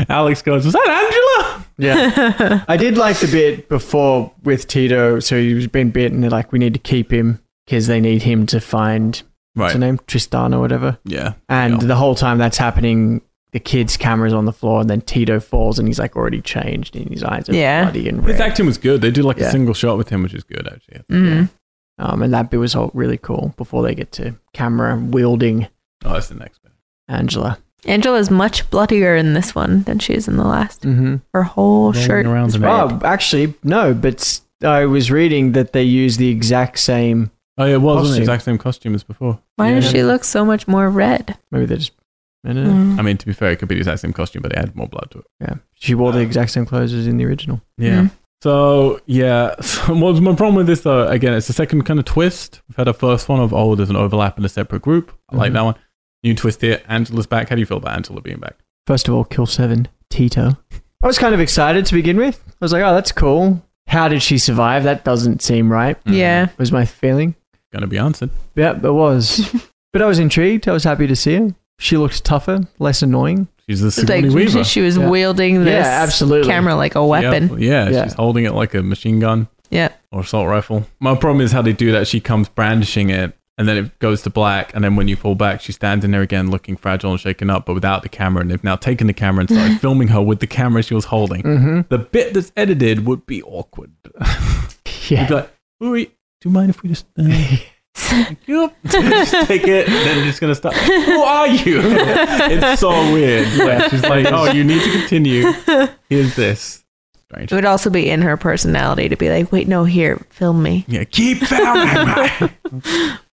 Alex goes, "Was that Angela?" (laughs) Yeah. I did like the bit before with Tito. So he was being bitten. They're like, we need to keep him because they need him to find what's her Right. name, Tristan or whatever. Yeah. And Yeah. the whole time that's happening, the kid's camera's on the floor, and then Tito falls, and he's like already changed, and his eyes are Yeah. bloody and His red. acting was good. They do like a Yeah. single shot with him, which is good actually. Mm. Um, and that bit was all really cool before they get to camera wielding Oh, that's the next bit. Angela. Angela's much bloodier in this one than she is in the last. Mm-hmm. Her whole shirt. around is in red. Oh, actually, no, but s- I was reading that they use the exact same. Oh, yeah, it was wasn't it? Costume. exact same costume as before. Why does Yeah. she look so much more red? Maybe they just. I don't know. Mm. I mean, to be fair, it could be the exact same costume, but they added more blood to it. Uh. Yeah. She wore the exact same clothes as in the original. Yeah. Mm. So yeah, (laughs) so what's my problem with this though? Again, it's the second kind of twist. We've had a first one of oh, there's an overlap in a separate group. I like Mm-hmm. Mhm. that one. New twist here. Angela's back. How do you feel about Angela being back? First of all, kill seven, Tito. I was kind of excited to begin with. I was like, oh, that's cool. How did she survive? That doesn't seem right, Yeah. was my feeling. Gonna be answered. Yep, it was. (laughs) but I was intrigued. I was happy to see her. She looked tougher, less annoying. She's the Like, Sigourney Weaver. she was Yeah. wielding this Yeah, absolutely. camera like a weapon. Yeah, yeah, Yeah. she's holding it like a machine gun. Yeah. Or assault rifle. My problem is how they do that. She comes brandishing it, and then it goes to black, and then when you pull back, she stands in there again, looking fragile and shaken up, but without the camera. And they've now taken the camera (laughs) and started filming her with the camera she was holding. Mm-hmm. The bit that's edited would be awkward. (laughs) You'd be Yeah. like, "Uri, do you mind if we just?" Uh, like, yup." (laughs) just take it, and then just gonna stop. Who are (laughs) you? (laughs) it's so weird. (laughs) Yeah, she's like, "Oh, you need to continue." Here's this. (laughs) Strange. It would also be in her personality to be like, wait, no, here, film me, Yeah, keep filming.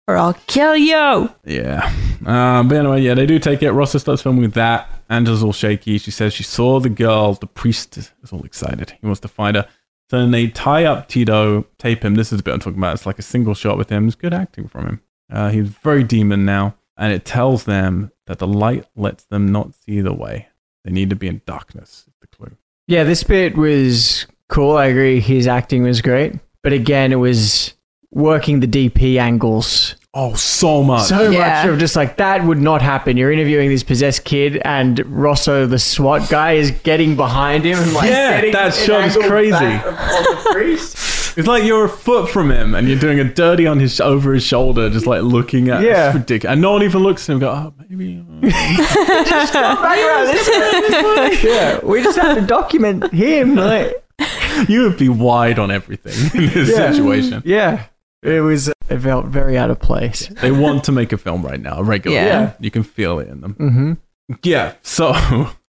or I'll kill you. yeah. Um, but anyway, yeah, they do take it. Rossa starts filming with that. Angela's all shaky. She says she saw the girl. The priest is all excited. He wants to find her. So then they tie up Tito, tape him. This is the bit I'm talking about. It's like a single shot with him. It's good acting from him. Uh, he's very demon now. And it tells them that the light lets them not see the way. They need to be in darkness, is the clue. (laughs) yeah, this bit was cool. I agree. His acting was great. But again, it was working the DP angles Oh, so much. so Yeah. much of just like that would not happen. You're interviewing this possessed kid, and Rosso, the SWAT guy, is getting behind him. And like Yeah, getting that an shot is angle crazy. back upon the priest. (laughs) It's like you're a foot from him and you're doing a dirty on his over his shoulder, just like looking at Yeah. it's ridiculous. And no one even looks at him and go, oh, maybe. uh." Back around this way, this way. yeah, we just have to document him. Like, uh," you would be wide on everything (laughs) in this Yeah. situation. yeah, it was. It felt very out of place. They want to make a film right now, regularly. Yeah. You can feel it in them. Mm-hmm. Yeah. So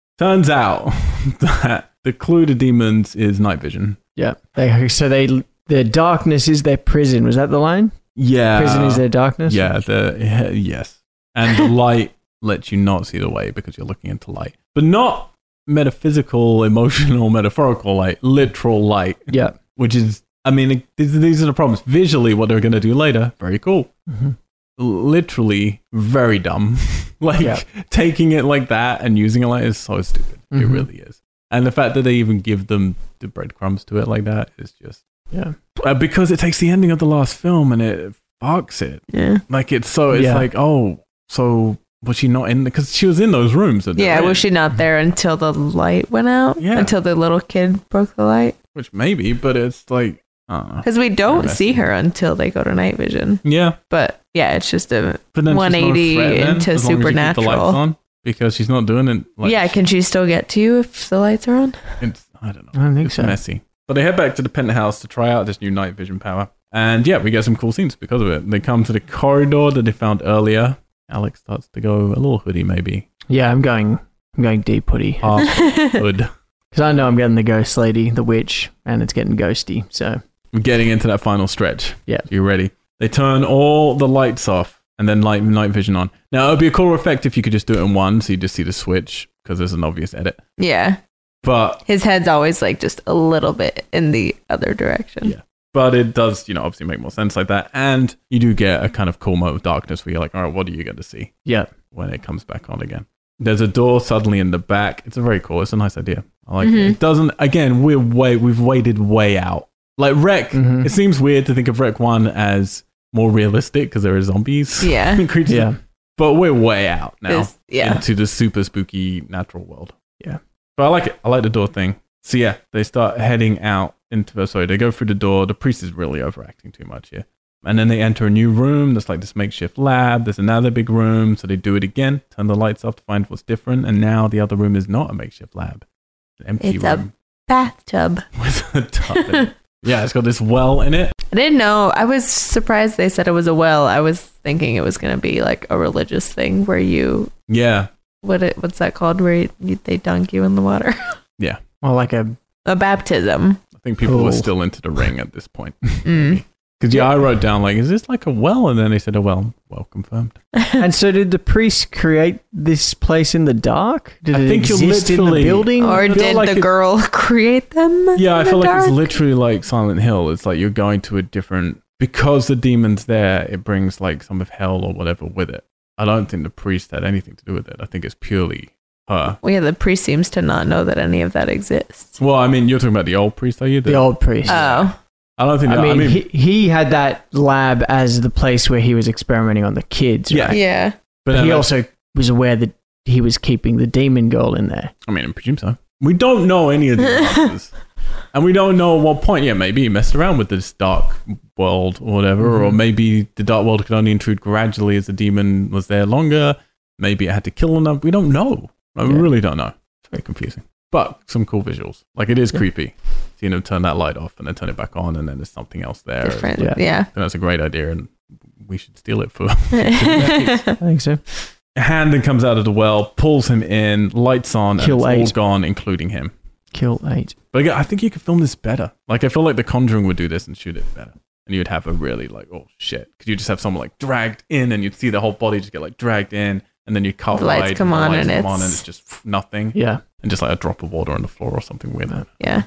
(laughs) turns out (laughs) that the clue to demons is night vision. Yeah. They, so they, their darkness is their prison. Was that the line? Yeah. Prison is their darkness. Uh, Yeah, the yeah, yes, and the light (laughs) lets you not see the way because you're looking into light, but not metaphysical, emotional, (laughs) metaphorical light, literal light, Yeah. which is, I mean, these, these are the problems. Visually, what they're going to do later, very cool. Mhm. Literally, very dumb. (laughs) like Yeah. taking it like that and using it like is so stupid. It Mhm. really is. And the fact that they even give them the breadcrumbs to it like that is just Yeah. uh, because it takes the ending of the last film and it fucks it. Yeah, Like it's so it's Yeah. like oh so was she not in because she was in those rooms at the yeah. end, Was she not there until the light went out? Yeah. Until the little kid broke the light? which maybe but it's like I don't know. Because we don't see Interesting. her until they go to night vision. yeah But yeah, it's just a but then she's not a 180 threat then, into as long as you keep the lights supernatural. on, because she's not doing it like yeah. Can she still get to you if the lights are on? it's, I don't know I don't think it's so. messy but they head back to the penthouse to try out this new night vision power and yeah we get some cool scenes because of it they come to the corridor that they found earlier Alex starts to go a little hoodie maybe Yeah, I'm going. I'm going deep, putty. half hood Because I know I'm getting the ghost lady, the witch, and it's getting ghosty. So We're getting into that final stretch. Yeah. You ready? They turn all the lights off and then light night vision on. Now, it would be a cooler effect if you could just do it in one, so you just see the switch because there's an obvious edit. (laughs) yeah. But His head's always like just a little bit in the other direction. Yeah. but it does, you know, obviously make more sense like that. And you do get a kind of cool moment of darkness where you're like, all right, what do you get to see yeah, when it comes back on again? There's a door suddenly in the back. It's a very cool. It's a nice idea. I like it. Mhm. It doesn't. Again, we're way we've waited way out. Like Wreck, Mhm. it seems weird to think of Wreck One as more realistic because there are zombies. Yeah. (laughs) creatures. yeah. But we're way out now It's- yeah. into the super spooky natural world. Yeah. But I like it. I like the door thing. So yeah, they start heading out into sorry, they go through the door. The priest is really overacting too much here. And then they enter a new room that's like this makeshift lab. There's another big room, so they do it again, turn the lights off to find what's different, and now the other room is not a makeshift lab. It's an empty It's a- room (laughs) Bathtub. with a tub. (laughs) in it. I yeah, it's got this well in it. didn't know. I was surprised they said it was a well. I was thinking it was going to be like a religious thing where you Yeah. what it, what's that called where you, you- they dunk you in the water? (laughs) Well, like a a baptism. I think people were Oh. (laughs) still into the ring at this point. Mm. Because yeah, I wrote down like, is this like a well? And then they said, oh well, well confirmed. (laughs) and so, did the priest create this place in the dark? Did I it think you're exist in the literally- Oh. building? Or I feel did like the it- girl (laughs) create them? Yeah, I in the feel like it's dark? literally like Silent Hill. It's like you're going to a different because the demon's there. It brings like some of hell or whatever with it. I don't think the priest had anything to do with it. I think it's purely her. Well, yeah, the priest seems to not know that any of that exists. Well, I mean, you're talking about the old priest, are you? the old priest. Oh, Uh, I don't think. I that, mean, I mean he, he had that lab as the place where he was experimenting on the kids. Yeah. Right? yeah. but He then- also was aware that he was keeping the demon girl in there. I mean, I presume so. We don't know (laughs) any of the answers. and we don't know at what point. Yeah, maybe he messed around with this dark world or whatever. Or Mm-hmm. maybe the dark world could only intrude gradually as the demon was there longer. Maybe it had to kill enough. We don't know. I Yeah. really don't know. It's very confusing. But some cool visuals. Like it is Yeah. creepy. Seeing him turn that light off and then turn it back on and then there's something else there. Different. Yeah. I (laughs) Yeah. think that's a great idea and we should steal it for (laughs) I think so. Handon comes out of the well, pulls him in, lights on, Kill and it's eight. all gone, including him. Kill eight. But again, I think you could film this better. Like I feel like The Conjuring would do this and shoot it better, and you'd have a really like oh shit, because you just have someone like dragged in, and you'd see the whole body just get like dragged in, and then you cut The lights wide, come the on, lights and come on, and it's- it's just pff, nothing, Yeah. and just like a drop of water on the floor or something weird. like that. (laughs) yeah.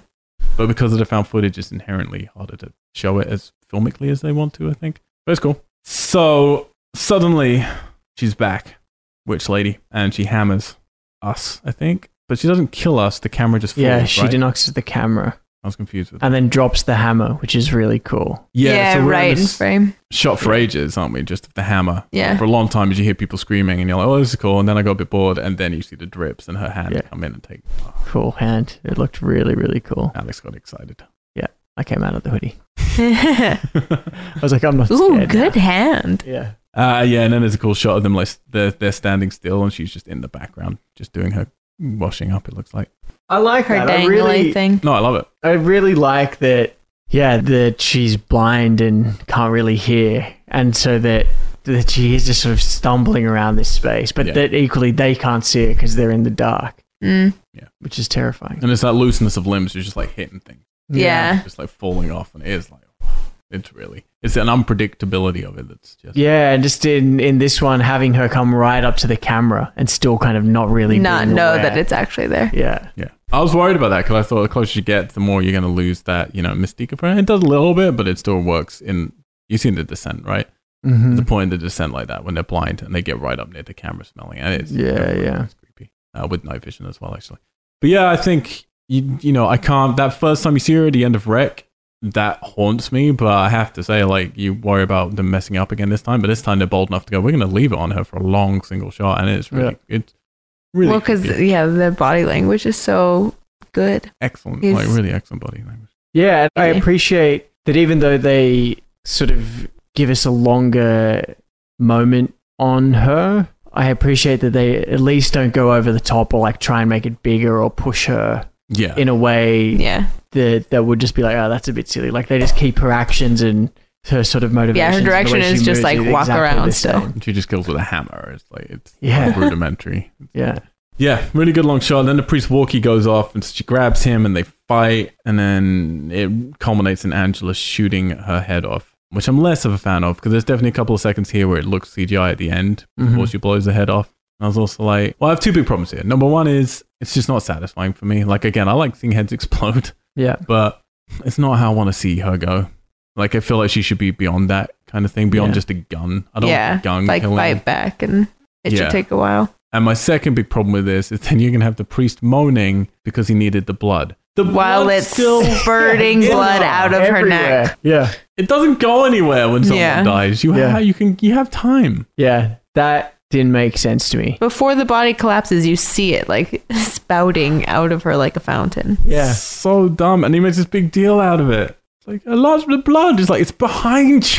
But because of the found footage, it's inherently harder to show it as filmically as they want to. I think, but it's cool. So suddenly, she's back, witch lady, and she hammers us. I think, but she doesn't kill us. The camera just falls, Yeah, she right? knocks the camera I was confused with. and then drops the hammer, which is really cool. Yeah, so we're in right in this frame. shot for ages, aren't we? Just the hammer. Yeah. (laughs) For a long time, as you hear people screaming, and you're like, "Oh, this is cool," and then I got a bit bored, and then you see the drips, and her hand Yeah. come in and take. Oh, Cool hand. It looked really, really cool. Alex got excited. I came out of the hoodie. Ooh, I was like, I'm not scared. now. good hand. Yeah. Uh, yeah, and then there's a cool shot of them like they're, they're standing still, and she's just in the background, just doing her washing up. It looks like. I like Her that. I dangly really, thing. No, I love it. I really like that. Yeah, that she's blind and can't really hear, and so that that she is just sort of stumbling around this space, but Yeah. that equally they can't see her because they're in the dark, Mm, which is terrifying. And it's that looseness of limbs. You're just like hitting things, yeah. just like falling off, and it is like, it's really, it's an unpredictability of it that's just. Yeah, and just in in this one, having her come right up to the camera and still kind of not really Not being know aware. that it's actually there. yeah. Yeah, I was worried about that because I thought the closer you get, the more you're going to lose that, you know, mystique of her. It does a little bit, but it still works. In you've seen the descent, right? hmm The point of the descent like that when they're blind and they get right up near the camera, smelling, and it's Yeah, yeah. it's creepy uh, with night vision as well, actually. But yeah, I think you you know I can't. That first time you see her at the end of Wreck, that haunts me. But I have to say, like you worry about them messing up again this time. But this time they're bold enough to go. We're going to leave it on her for a long single shot, and it's really it's really well, because, creepy. yeah, the body language is so good. excellent, it's- like really excellent body language. Yeah, and I Yeah. appreciate that even though they sort of give us a longer moment on her, I appreciate that they at least don't go over the top or like try and make it bigger or push her Yeah. in a way Yeah. that that would just be like, oh, that's a bit silly. Like they just keep her actions and her sort of motivation. direction is just, like, walk around still. she just kills with a hammer. It's like it's Yeah. rudimentary. Yeah. (laughs) Yeah, really good long shot. Then the priest walkie goes off and she grabs him and they fight and then it culminates in Angela shooting her head off, which I'm less of a fan of because there's definitely a couple of seconds here where it looks CGI at the end before Mhm. she blows her head off. And I was also like, well, I have two big problems here. Number one is it's just not satisfying for me. Like again, I like seeing heads (laughs) explode, Yeah. but it's not how I want to see her go. Like I feel like she should be beyond that kind of thing, beyond Yeah. just a gun. I don't yeah. want gun like, killing. fight back, and it Yeah. should take a while. And my second big problem with this is (laughs) then you're going to have the priest moaning because he needed the blood. The While blood's it's (laughs) spurting Yeah. blood out of her neck. Everywhere. Yeah. it doesn't go anywhere when someone Yeah. dies. You Yeah. have you can you have time. Yeah. That didn't make sense to me. Before the body collapses, you see it like (laughs) spouting out of her like a fountain. Yeah. so dumb. And he makes this big deal out of it. It's like a large bit of blood. It's like it's behind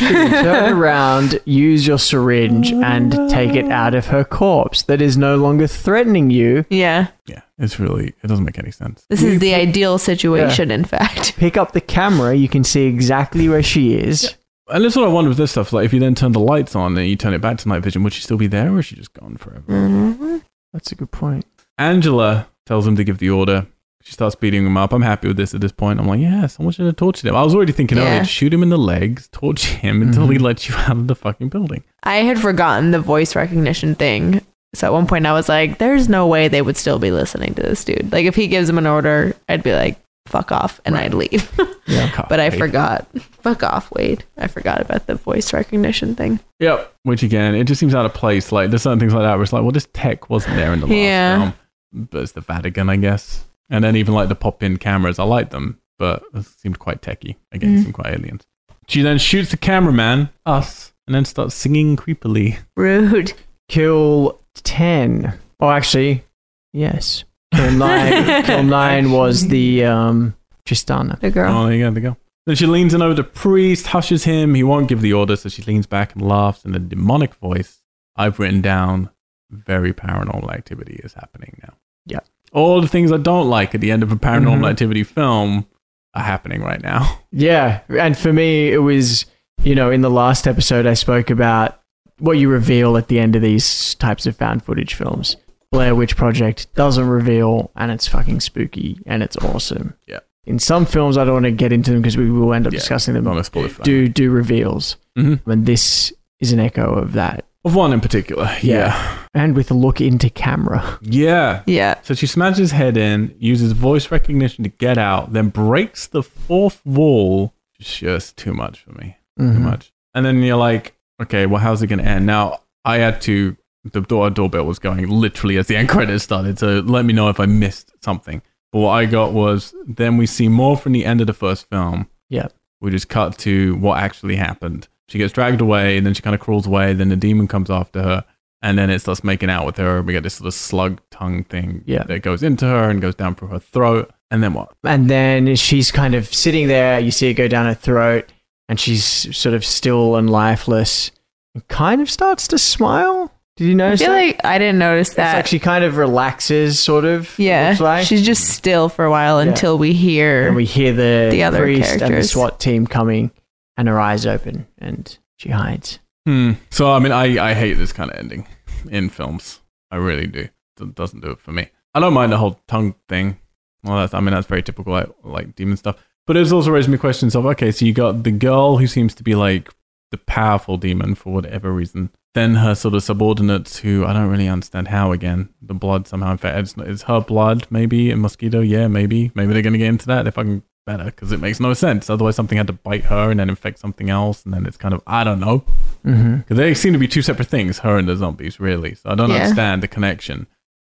(laughs) you. Turn around, use your syringe, and take it out of her corpse that is no longer threatening you. Yeah. yeah, it's really it doesn't make any sense. This is the ideal situation, in (laughs) fact. Pick up the camera, you can see exactly where she is. And that's what I wonder with this stuff. Like if you then turn the lights on and you turn it back to night vision, would she still be there or is she just gone forever? That's a good point. Angela tells him to give the order. She starts beating him up. I'm happy with this at this point. I'm like, yeah, someone should have tortured him. I was already thinking, Yeah. Mm-hmm. oh, shoot him in the legs, torture him until he lets you out of the fucking building. I had forgotten the voice recognition thing. So at one point I was like, there's no way they would still be listening to this dude. Like if he gives them an order, I'd be like, fuck off and I'd leave. Yeah, but I forgot. Fuck off, Wade. I forgot about the voice recognition thing. Yep. Which again, it just seems out of place. Like there's certain things like that where it's like, well, this tech wasn't there in the last Yeah. film, but it's the Vatican, I guess. And then even like the pop-in cameras, I like them, but it seemed quite techy. Again, Mm. seemed quite aliens. She then shoots the cameraman, us, and then starts singing creepily. Rude. Kill 10. Oh, actually, yes. (laughs) Kill 9. Kill 9 was the um, Tristana. The girl. Oh, there you go, there you go. Then she leans in over the priest, hushes him. He won't give the order, so she leans back and laughs in a demonic voice. I've written down very paranormal activity is happening now. Yeah. All the things I don't like at the end of a paranormal Mhm. activity film are happening right now. Yeah, and for me, it was you know in the last episode I spoke about what you reveal at the end of these types of found footage films. Blair Witch Project doesn't reveal, and it's fucking spooky and it's awesome. Yeah. In some films, I don't want to get into them because we will end up Yeah, discussing I'm them. not a spoiler for that. Do do reveals, Mhm. and this is an echo of that, Of one in particular. Yeah. and with a look into camera. Yeah. Yeah. So she smashes his head in, uses voice recognition to get out, then breaks the fourth wall. It's just too much for me. too Mhm. much. And then you're like, okay, well, how's it going to end? Now, I had to, the door, doorbell was going literally as the (laughs) end credits started. So let me know if I missed something. But what I got was then we see more from the end of the first film. Yep. We just cut to what actually happened. She gets dragged away, and then she kind of crawls away. Then the demon comes after her, and then it starts making out with her. And we get this sort of slug tongue thing Yeah. that goes into her and goes down through her throat. And then what? and then she's kind of sitting there. You see it go down her throat, and she's sort of still and lifeless, and kind of starts to smile. Did you I notice? feel that? like I didn't notice it's that. like she kind of relaxes, sort of. it yeah. looks like. She's just still for a while Yeah. until we hear and we hear the, The other priest and the characters. SWAT team coming, and her eyes open, and she hides. Hmm. So I mean, I, I hate this kind of ending in films. I really do. It doesn't do it for me. I don't mind the whole tongue thing. Well, that's I mean that's very typical like, like demon stuff. But it's also raised me questions of okay, so you got the girl who seems to be like the powerful demon for whatever reason. Then her sort of subordinates who I don't really understand how again the blood somehow infected. It's, not- it's her blood maybe a mosquito. Yeah, maybe maybe they're gonna get into that if I can better because it makes no sense. Otherwise, something had to bite her and then infect something else, and then it's kind of I don't know. Mm-hmm. Because they seem to be two separate things, her and the zombies, really. So I don't Yeah. understand the connection.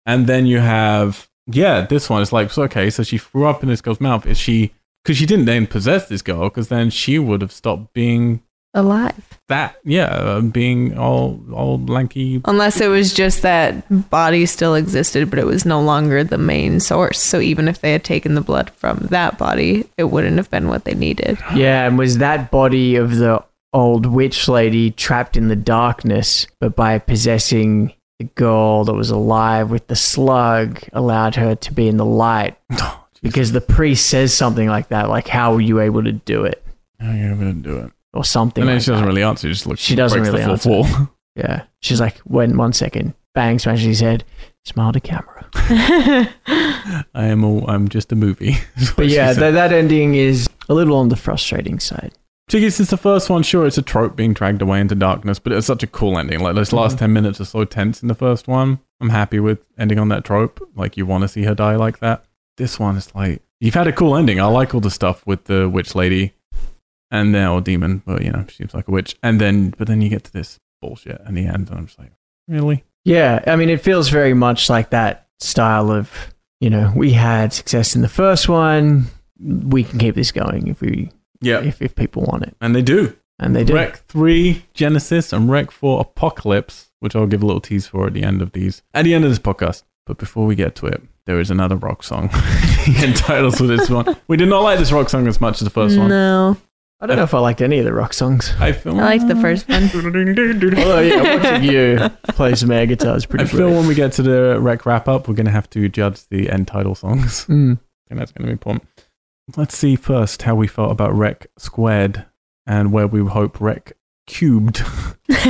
And then you have, yeah, this one. It's like, so, okay, so she threw up in this girl's mouth. Is she, because she didn't then possess this girl, because then she would have stopped being alive. that, yeah, uh, being all, all lanky. Unless it was just that body still existed, but it was no longer the main source. So even if they had taken the blood from that body, it wouldn't have been what they (laughs) needed. Yeah, and was that body of the old witch lady trapped in the darkness, but by possessing the girl that was alive with the slug, allowed her to be in the light? (laughs) Oh, jeez. Because the priest says something like that, like, How were you able to do it? How are you going to do it? Or something. And then like she doesn't that. really answer. She just looks, She doesn't breaks really the fourth answer. wall. (laughs) Yeah. She's like, When one second, bang, smashes his head, smile to camera. I am all, I'm just a movie. (laughs) That's what But she yeah, said. th- that ending is a little on the frustrating side. Particularly since the first one, sure, it's a trope being dragged away into darkness, but it was such a cool ending. Like those last ten minutes are so tense in the first one. I'm happy with ending on that trope. Like you want to see her die like that. This one is like you've had a cool ending. I like all the stuff with the witch lady, and then or demon, but you know, she seems like a witch. And then, but then you get to this bullshit in the end, and I'm just like, really? Yeah, I mean, it feels very much like that style of, you know, we had success in the first one. We can keep this going if we, Yeah. if, if people want it, And they do. and they do. Rec 3 Genesis and Rec 4 Apocalypse, which I'll give a little tease for at the end of these, at the end of this podcast. But before we get to it, there is another rock song (laughs) entitled for this one. We did not like this rock song as much as the first one. no, I don't know if I liked any of the rock (laughs) songs. I feel I liked the first one. Although, yeah, watching you play some air guitar is pretty I feel cool. when we get to the rec wrap up, we're going to have to judge the end title songs. (laughs) Mm. And that's going to be important. Let's see first how we felt about Rec Squared and where we hope Rec (laughs) Cubed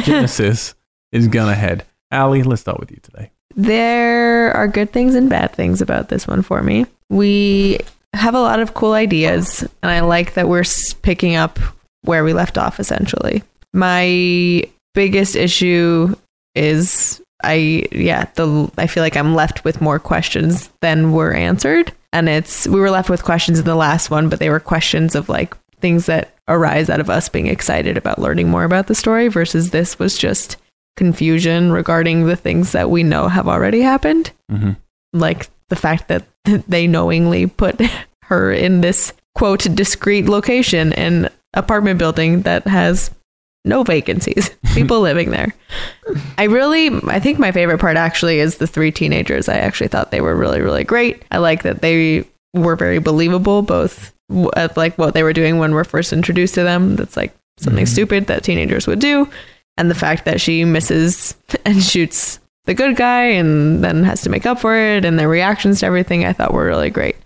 Genesis is going to head. Ali, let's start with you today. There are good things and bad things about this one for me. we have a lot of cool ideas, and I like that we're s- picking up where we left off essentially. My biggest issue is I yeah, the I feel like I'm left with more questions than were answered, and it's we were left with questions in the last one, but they were questions of like things that arise out of us being excited about learning more about the story versus this was just confusion regarding the things that we know have already happened Mm-hmm. like the fact that (laughs) they knowingly put (laughs) her in this quote discreet location in apartment building that has no vacancies people living there i really i think my favorite part actually is the three teenagers i actually thought they were really really great i like that they were very believable both w- at like what they were doing when we're first introduced to them that's like something stupid that teenagers would do and the fact that she misses (laughs) and shoots the good guy and then has to make up for it and their reactions to everything I thought were really great.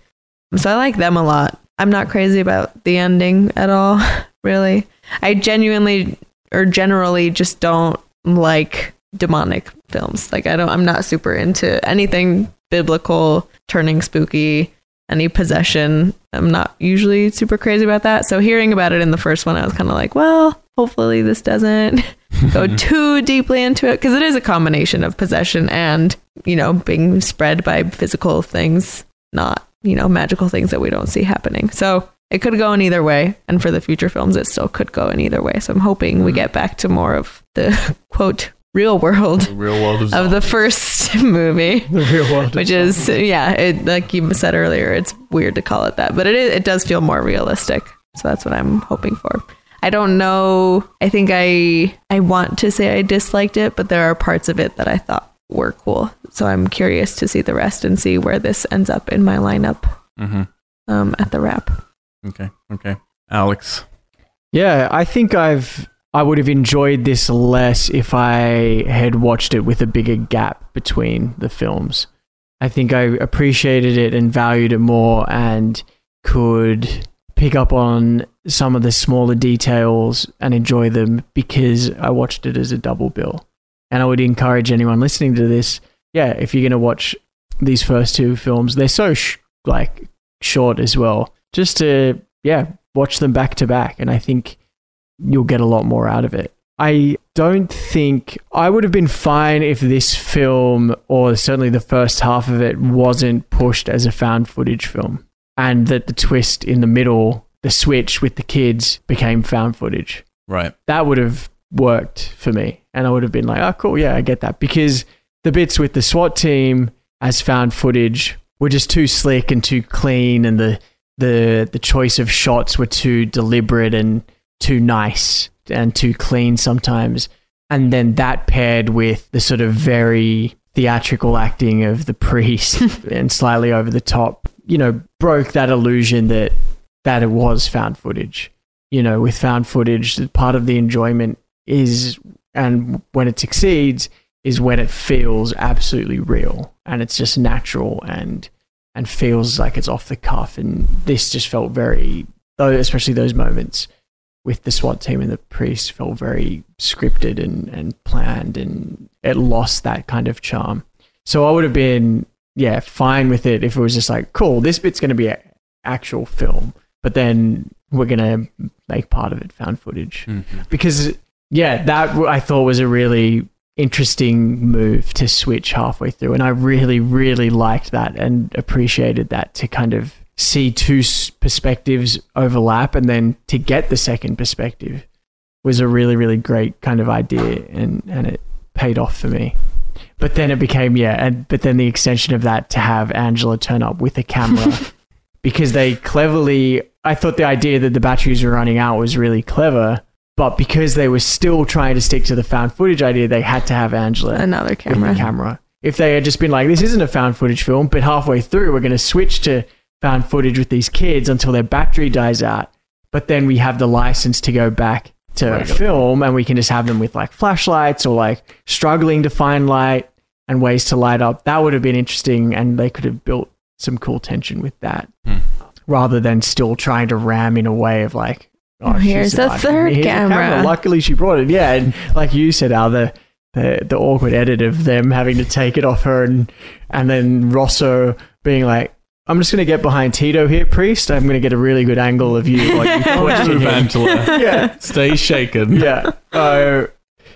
So I like them a lot. I'm not crazy about the ending at all, (laughs) really. I genuinely or generally just don't like demonic films. Like I don't I'm not super into anything biblical, turning spooky, any possession. I'm not usually super crazy about that. So hearing about it in the first one I was kind of like, well, hopefully this doesn't (laughs) go Mm-hmm. too deeply into it because it is a combination of possession and you know being spread by physical things not you know magical things that we don't see happening so it could go in either way and for the future films it still could go in either way so i'm hoping Mm-hmm. we get back to more of the (laughs) quote real world real world of the first (laughs) movie The real world. which is yeah it like you said earlier it's weird to call it that but it is, it does feel more realistic so that's what i'm hoping for i don't know i think i i want to say i disliked it but there are parts of it that i thought were cool so i'm curious to see the rest and see where this ends up in my lineup hmm um, at the wrap Okay. Okay. Alex. Yeah, I think I've I would have enjoyed this less if I had watched it with a bigger gap between the films. I think I appreciated it and valued it more and could pick up on some of the smaller details and enjoy them because I watched it as a double bill. And I would encourage anyone listening to this, yeah, if you're going to watch these first two films, they're so sh- like short as well. Just to yeah, watch them back to back, and I think you'll get a lot more out of it. I don't think I would have been fine if this film, or certainly the first half of it, wasn't pushed as a found footage film, and that the twist in the middle, the switch with the kids, became found footage Right. (laughs) that would have worked for me. And I would have been like, oh, cool. Yeah, I get that. Because the bits with the SWAT team as found footage were just too slick and too clean. And the, the, the choice of shots were too deliberate and too nice and too clean sometimes. And then that paired with the sort of very theatrical acting of the priest and slightly over the top, you know, broke that illusion that, that it was found footage you know, with found footage, that part of the enjoyment is, and when it succeeds, is when it feels absolutely real and it's just natural and and feels like it's off the cuff. And this just felt very, though, especially those moments with the SWAT team and the priest felt very scripted and, and planned, and it lost that kind of charm. So I would have been, yeah, fine with it if it was just like, cool, this bit's going to be an actual film, but then we're going to make part of it found footage. Because, yeah, that w- I thought was a really interesting move to switch halfway through. And I really, really liked that and appreciated that to kind of see two s- perspectives overlap and then to get the second perspective was a really, really great kind of idea. And, and it paid off for me. But then it became yeah, and but then the extension of that to have Angela turn up with a camera because they cleverly I thought the idea that the batteries were running out was really clever, but because they were still trying to stick to the found footage idea, they had to have Angela another with the camera camera. If they had just been like, this isn't a found footage film, but halfway through, we're going to switch to found footage with these kids until their battery dies out. But then we have the license to go back to film and we can just have them with like flashlights or like struggling to find light and ways to light up. That would have been interesting and they could have built some cool tension with that rather than still trying to ram in a way of like, oh, Here's she's a alive. third Here's a camera. Luckily, she brought it. Yeah. And like you said, Al, the, the, the awkward edit of them having to take it off her and, and then Rosso being like, I'm just going to get behind Tito here, priest. I'm going to get a really good angle of you. Like, (laughs) you question Move him. hand to left. Yeah. (laughs) Stay shaken. yeah. Uh,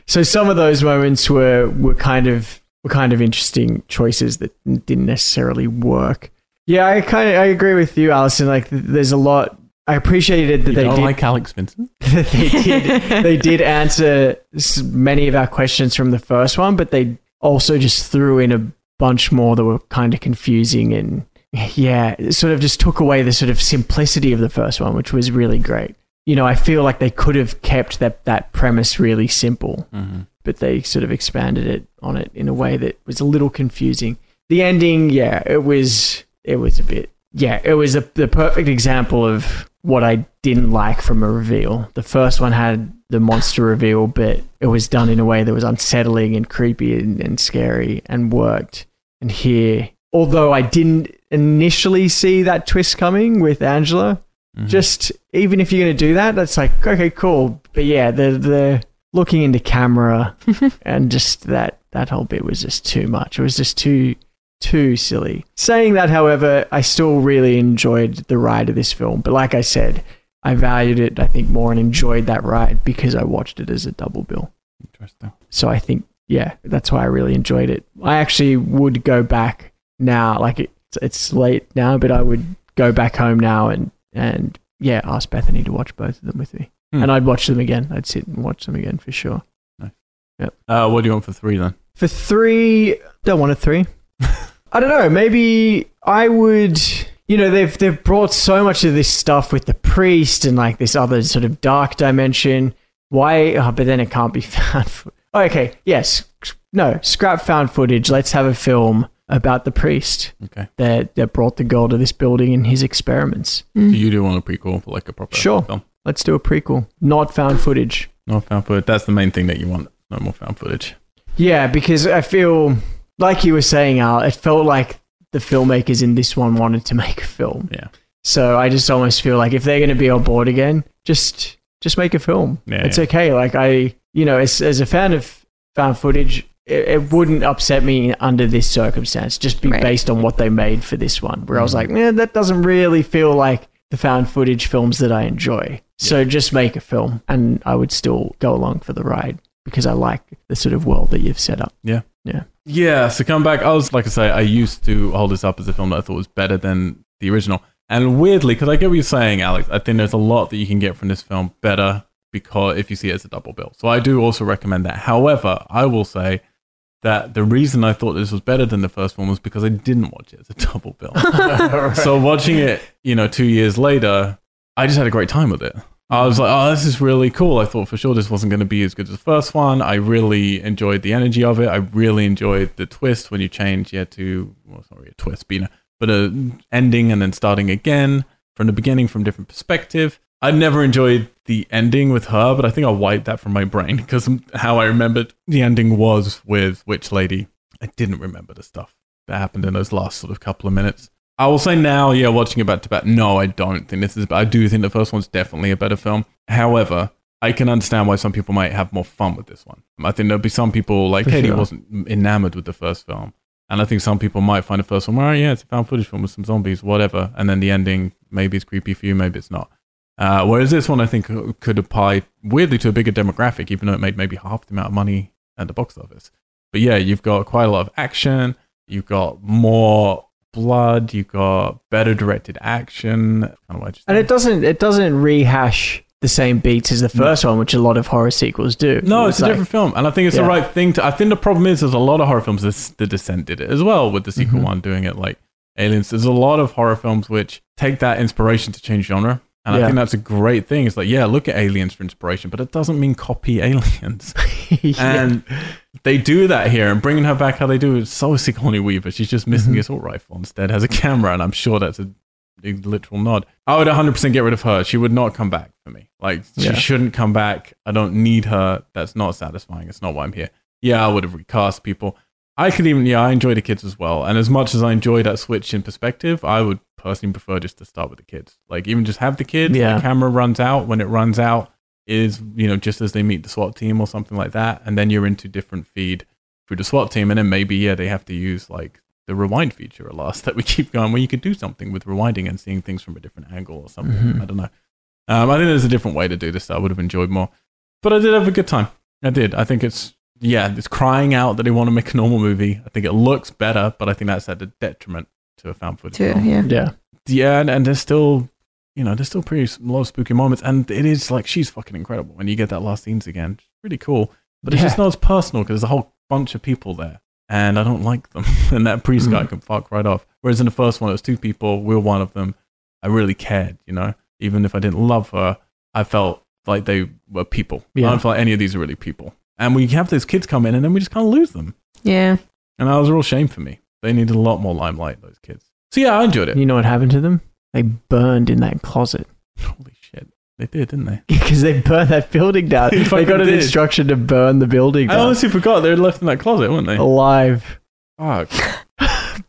so some of those moments were were kind of were kind of interesting choices that didn't necessarily work. Yeah, I kind of I agree with you, Alison. Like, th- there's a lot. I appreciated that You they don't did, like Alex Vincent? that (laughs) they did they did answer s- many of our questions from the first one, but they also just threw in a bunch more that were kind of confusing and yeah, it sort of just took away the sort of simplicity of the first one, which was really great. You know, I feel like they could have kept that that premise really simple, Mm-hmm. but they sort of expanded it on it in a way that was a little confusing. The ending, yeah, it was it was a bit yeah, it was a, the perfect example of what I didn't like from a reveal. The first one had the monster reveal, but it was done in a way that was unsettling and creepy and, and scary and worked. And here, although I didn't initially see that twist coming with Angela, Mm-hmm. just even if you're going to do that, that's like okay, cool. But yeah, the the looking into camera and just that that whole bit was just too much. It was just too too silly. Saying that, however, I still really enjoyed the ride of this film. But like I said, I valued it, I think, more and enjoyed that ride because I watched it as a double bill. Interesting. So I think, yeah, that's why I really enjoyed it. I actually would go back now. Like it, it's late now, but I would go back home now and and yeah, ask Bethany to watch both of them with me, Hmm. and I'd watch them again. I'd sit and watch them again for sure. Uh, what do you want for three then? For three, don't want a three. I don't know. Maybe I would. You know, they've they've brought so much of this stuff with the priest and like this other sort of dark dimension. Why? Oh, but then it can't be (laughs) found. fo- Oh, okay. Yes. No. Scrap found footage. Let's have a film about the priest Okay. that that brought the girl to this building and his experiments. So you do want a prequel for like a proper Sure. film? Let's do a prequel. Not found footage. No found footage. That's the main thing that you want. No more found footage. Yeah, because I feel like you were saying, Al, it felt like the filmmakers in this one wanted to (laughs) make a film. Yeah. So I just almost feel like if they're going to be on board again, just just make a film. Yeah, it's yeah. okay. Like I, you know, as, as a fan of found footage, it, it wouldn't upset me under this circumstance. Just be Right. based on what they made for this one, where I was like, man, that doesn't really feel like the found footage films that I enjoy. So just make a film, and I would still go along for the ride because I like the sort of world that you've set up. Yeah, so come back. I was like I say, I used to hold this up as a film that I thought was better than the original. And weirdly, because I get what you're saying, Alex, I think there's a lot that you can get from this film better because if you see it as a double bill. So I do also recommend that. However, I will say that the reason I thought this was better than the first one was because I didn't watch it as a (laughs) double bill. So watching it, you know, two years later, I just had a great time with it. I was like, oh, this is really cool. I thought for sure this wasn't going to be as good as the first one. I really enjoyed the energy of it. I really enjoyed the twist when you change, yeah, to, well, it's not really a twist, but, you know, but a ending and then starting again from the beginning from different perspective. I never enjoyed the ending with her, but I think I wiped that from my brain (laughs) because how I remembered the ending was with Witch Lady. I didn't remember the stuff that happened in those last sort of couple of minutes. I will say now, yeah, watching it back to back. No, I don't think this is. But I do think the first one's definitely a better film. However, I can understand why some people might have more fun with this one. I think there'll be some people like For Katie sure. wasn't enamored with the first film, and I think some people might find the first one, well, yeah, it's a found footage film with some zombies, whatever. And then the ending, maybe it's creepy for you, maybe it's not. Uh, whereas this one, I think, uh, could apply weirdly to a bigger demographic, even though it made maybe half the amount of money at the box office. But yeah, you've got quite a lot of action. You've got more blood. You've got better directed action. Kind of what I just And it doesn't it doesn't rehash the same beats as the first one, which a lot of horror sequels do. No, it's, a like- different film, and I think it's the Yeah. right thing to. I think the problem is there's a lot of horror films. This, the Descent did it as well with the sequel Mm-hmm. one doing it like Aliens. There's a lot of horror films which take that inspiration to change genre, and I Yeah. think that's a great thing. It's like yeah, look at Aliens for inspiration, but it doesn't mean copy (laughs) Aliens. (laughs) (laughs) Yeah. And they do that here, and bringing her back, how they do it, so is Sigourney Weaver. She's just Mm-hmm. missing his assault rifle instead, has a camera, and I'm sure that's a, a literal nod. I would 100% get rid of her. She would not come back for me. Like, she Yeah. shouldn't come back. I don't need her. That's not satisfying. It's not why I'm here. Yeah, I would have recast people. I could even, yeah, I enjoy the kids as well. And as much as I enjoy that switch in perspective, I would personally prefer just to start with the kids. Like, even just have the kids. Yeah. The camera runs out. When it runs out, is, you know, just as they meet the SWAT team or something like that. And then you're into different feed through the SWAT team. And then maybe, yeah, they have to use like the rewind feature at last (laughs) that we keep going where you could do something with rewinding and seeing things from a different angle or something. Mhm. I don't know. Um, I think there's a different way to do this that I would have enjoyed more. But I did have a good time. I did. I think it's, yeah, it's crying out that they want to make a normal movie. I think it looks better, but I think that's at a detriment to a found footage. too. film. Yeah. Yeah. Yeah, and, and there's still, you know, there's still pretty s- a lot of spooky moments, and it is like she's fucking incredible when you get that last scenes again. It's pretty cool, but it's just Yeah. not as personal because there's a whole bunch of people there, and I don't like them. (laughs) and that priest guy Mm. can fuck right off. Whereas in the first one, it was two people. We were one of them. I really cared, you know, even if I didn't love her, I felt like they were people. I Yeah. don't feel like any of these are really people. And we have those kids come in, and then we just kind of lose them. Yeah. And that was a real shame for me. They needed a lot more limelight, those kids. So yeah, I enjoyed it. You know what happened to them? They burned in that closet Holy shit. They did, didn't they? because they burned that building down. (laughs) They They, fucking got an did. instruction to burn the building I down. honestly forgot they were left in that closet, weren't they? alive. (laughs) Fuck.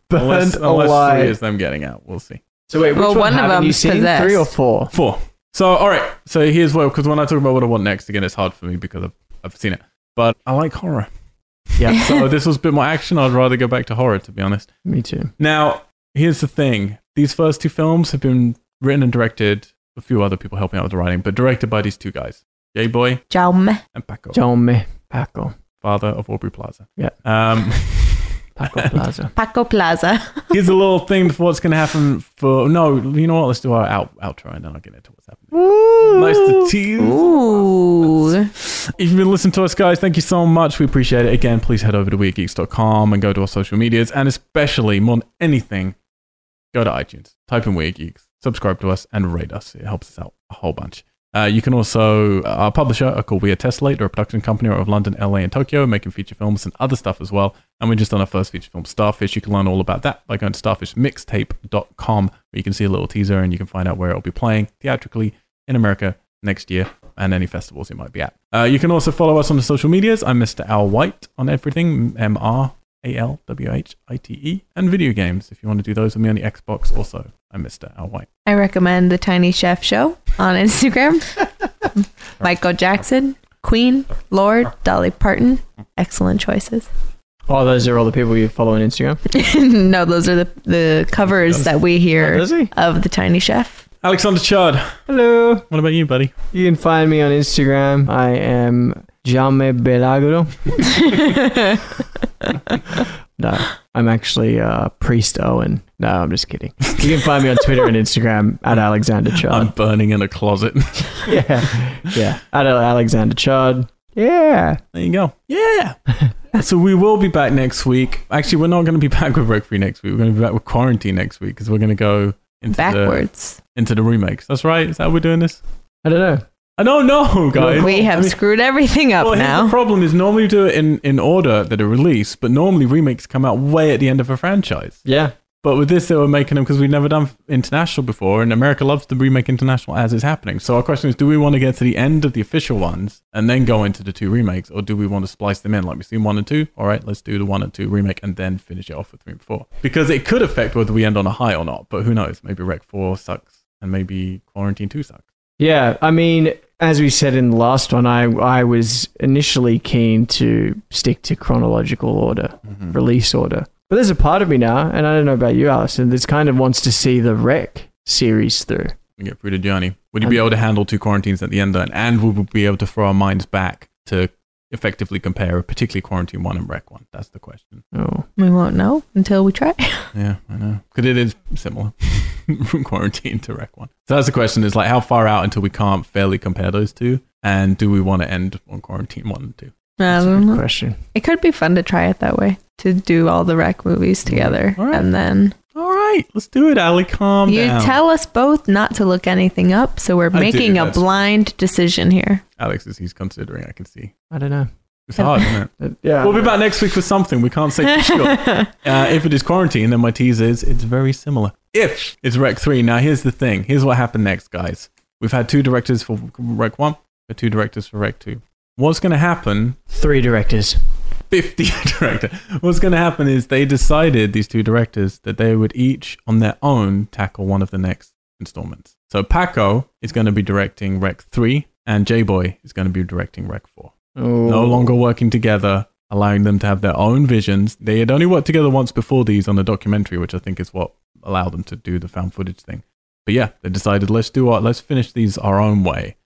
Burned Unless, unless alive. three is them getting out. We'll see. So wait, which Well, one, one of haven't you them's seen? possessed. Three or four? (laughs) Four. So, all right. So here's what, because when I talk about what I want next, again, it's hard for me because I've, I've seen it. But I like horror. Yeah, So this was a bit more action. I'd rather go back to horror, to be honest. me too. Now, here's the thing. These first two films have been written and directed, a few other people helping out with the writing, but directed by these two guys, J Boy Jaume. and Paco, John Me Paco. father of Aubrey Plaza. Yeah. Um, (laughs) Paco Plaza. Paco Plaza. Here's a little thing for what's going to happen for. No, you know what? Let's do our out, outro and then I'll get into what's happening. Nice to tease. Ooh. If you've been listening to us, guys, thank you so much. We appreciate it. Again, please head over to weirdgeeks.com and go to our social medias. And especially, more than anything, go to iTunes, type in Weird Geeks, subscribe to us, and rate us. It helps us out a whole bunch. Uh, you can also, our publisher are called We Are Tessellate. They're a production company out of London, LA, and Tokyo, making feature films and other stuff as well. And we've just done our first feature film, Starfish. You can learn all about that by going to starfishmixtape.com, where you can see a little teaser and you can find out where it'll be playing theatrically in America next year and any festivals it might be at. Uh, you can also follow us on the social medias. I'm Mr. Al White on everything, M R A L W H I T E, and video games. If you want to do those with me on the Xbox, also, I'm Mr. Al White. I recommend the Tiny Chef Show on (laughs) Instagram. Michael Jackson, Queen, Lord, Dolly Parton. Excellent choices. (laughs) Oh, those are all the people you follow on Instagram. no, those are the, the covers that we hear Does he? of the Tiny Chef. Alexander Chard, Hello. what about you, buddy? You can find me on Instagram. I am Jaume Belagro. No, I'm actually uh, Priest Owen. No, I'm just kidding. You can find me on Twitter and Instagram at Alexander I'm Chard. burning in a closet. (laughs) (laughs) yeah, yeah, at Alexander Chard. Yeah. There you go. (laughs) Yeah. so we will be back next week. Actually, we're not going to be (laughs) back with Rogue Free next week. We're going to be back with Quarantine next week because we're going to go into Backwards. the into the remakes. That's right. Is that how we're doing this? I don't know. I don't know, guys. we have I mean- screwed everything up well, here's now. the problem is normally we do it in, in order that are released, but normally remakes come out way at the end of a franchise. Yeah. But with this, they were making them because we've never done international before, and America loves to remake international as it's happening. So our question is, do we want to get to the end of the official ones and then go into the two remakes, or do we want to splice them in like we've seen one and two? All right, let's do the one and two remake and then finish it off with three and four because it could affect whether we end on a high or not. But who knows? Maybe Rec Four sucks, and maybe Quarantine Two sucks. Yeah, I mean, as we said in the last one, I I was initially keen to stick to chronological order, Mm-hmm. release order. But there's a part of me now, and I don't know about you, Alison, that kind of wants to see the Wreck series through. and get through the journey. Would you be able to handle two quarantines at the end then? And would we be able to throw our minds back to effectively compare, particularly quarantine one and rec one? That's the question. Oh, We won't know until we try. (laughs) Yeah, I know. Because it is similar (laughs) from quarantine to rec one. So that's the question is like, how far out until we can't fairly compare those two? And do we want to end on quarantine one and two? I that's a don't good know. question. It could be fun to try it that way to do all the rec movies together All right. and then All right, let's do it, Ali. Calm you down. tell us both not to look anything up so we're do, making a that's- blind decision here Alex is he's considering, I can see. I don't know. It's hard, isn't it? But, yeah. We'll be back next week for something. We (laughs) can't say for sure. Uh, if it is quarantine, then my tease is it's very similar. If it's Rec 3, now here's the thing. Here's what happened next, guys. We've had two directors for Rec 1, and two directors for Rec 2. What's going to happen? Three directors. 50 (laughs) director. What's going to happen is they decided, these two directors, that they would each on their own tackle one of the next installments. So Paco is going to be directing Rec 3, and J Boy is going to be directing Rec 4. Oh. No longer working together. allowing them to have their own visions. They had only worked together once before these on a documentary, which I think is what allowed them to do the found footage thing. But yeah, they decided let's do our let's finish these our own way.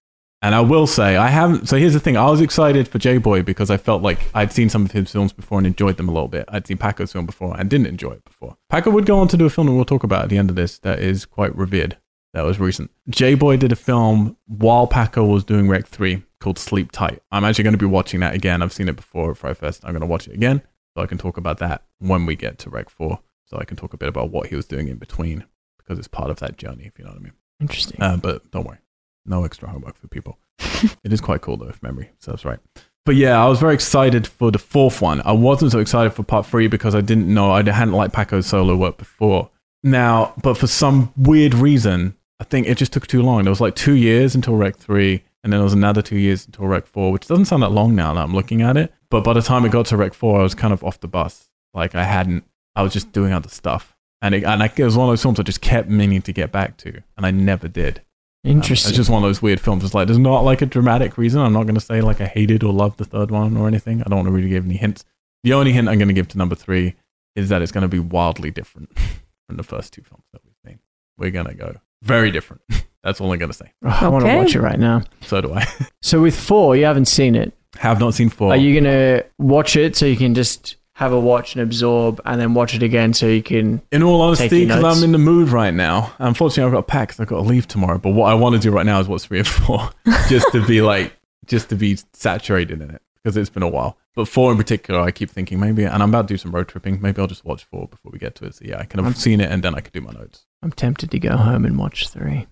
And I will say I haven't. So here's the thing: I was excited for J Boy because I felt like I'd seen some of his films before and enjoyed them a little bit. I'd seen Packer's film before and didn't enjoy it before. Packer would go on to do a film that we'll talk about at the end of this that is quite revered. That was recent. J Boy did a film while Packer was doing Rec Three called Sleep Tight. I'm actually going to be watching that again. I've seen it before at Fry Fest. I'm going to watch it again so I can talk about that when we get to Rec Four. So I can talk a bit about what he was doing in between because it's part of that journey, if you know what I mean. Interesting. Uh, but don't worry, no extra homework for people. it is quite cool though, if memory serves right. But yeah, I was very excited for the fourth one. I wasn't so excited for part three because I didn't know I hadn't liked Paco's solo work before. Now, but for some weird reason, I think it just took too long. There was like two years until Rec three, and then there was another two years until Rec four, which doesn't sound that long now that I'm looking at it. But by the time it got to Rec four, I was kind of off the bus. Like I hadn't. I was just doing other stuff, and it, and I, it was one of those films I just kept meaning to get back to, and I never did. Um, Interesting. It's just one of those weird films. It's like there's not like a dramatic reason. I'm not going to say like I hated or loved the third one or anything. I don't want to really give any hints. The only hint I'm going to give to number three is that it's going to be wildly different (laughs) from the first two films that we've seen. We're going to go very different. (laughs) That's all I'm going to say. Oh, I want to Okay. watch it right now. So do I. (laughs) So with four, you haven't seen it. Have not seen four. Are you gonna watch it so you can just have a watch and absorb, and then watch it again so you can? in all honesty, taking because notes? I'm in the mood right now. Unfortunately, I've got packs. I've got to leave tomorrow. But what I want to do right now is watch three and four, (laughs) just to be like, just to be saturated in it, because it's been a while. But four in particular, I keep thinking maybe, and I'm about to do some road tripping. Maybe I'll just watch four before we get to it. So yeah, I can have seen it, and then I could do my notes. I'm tempted to go home and watch three.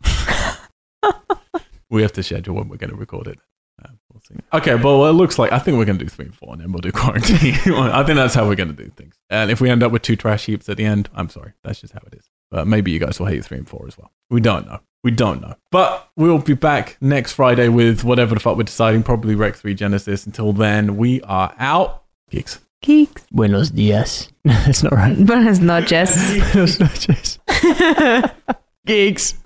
We have to schedule when we're going to record it. Uh, we'll see. Okay, but well, it looks like I think we're going to do three and four, and then we'll do quarantine. (laughs) I think that's how we're going to do things. And if we end up with two trash heaps at the end, I'm sorry. That's just how it is. But maybe you guys will hate three and four as well. We don't know. We don't know. But we'll be back next Friday with whatever the fuck we're deciding. Probably Rec 3 Genesis. Until then, we are out. Geeks. Geeks. Buenos dias. (laughs) (laughs) That's not right. But it's not just. Buenos noches. Geeks.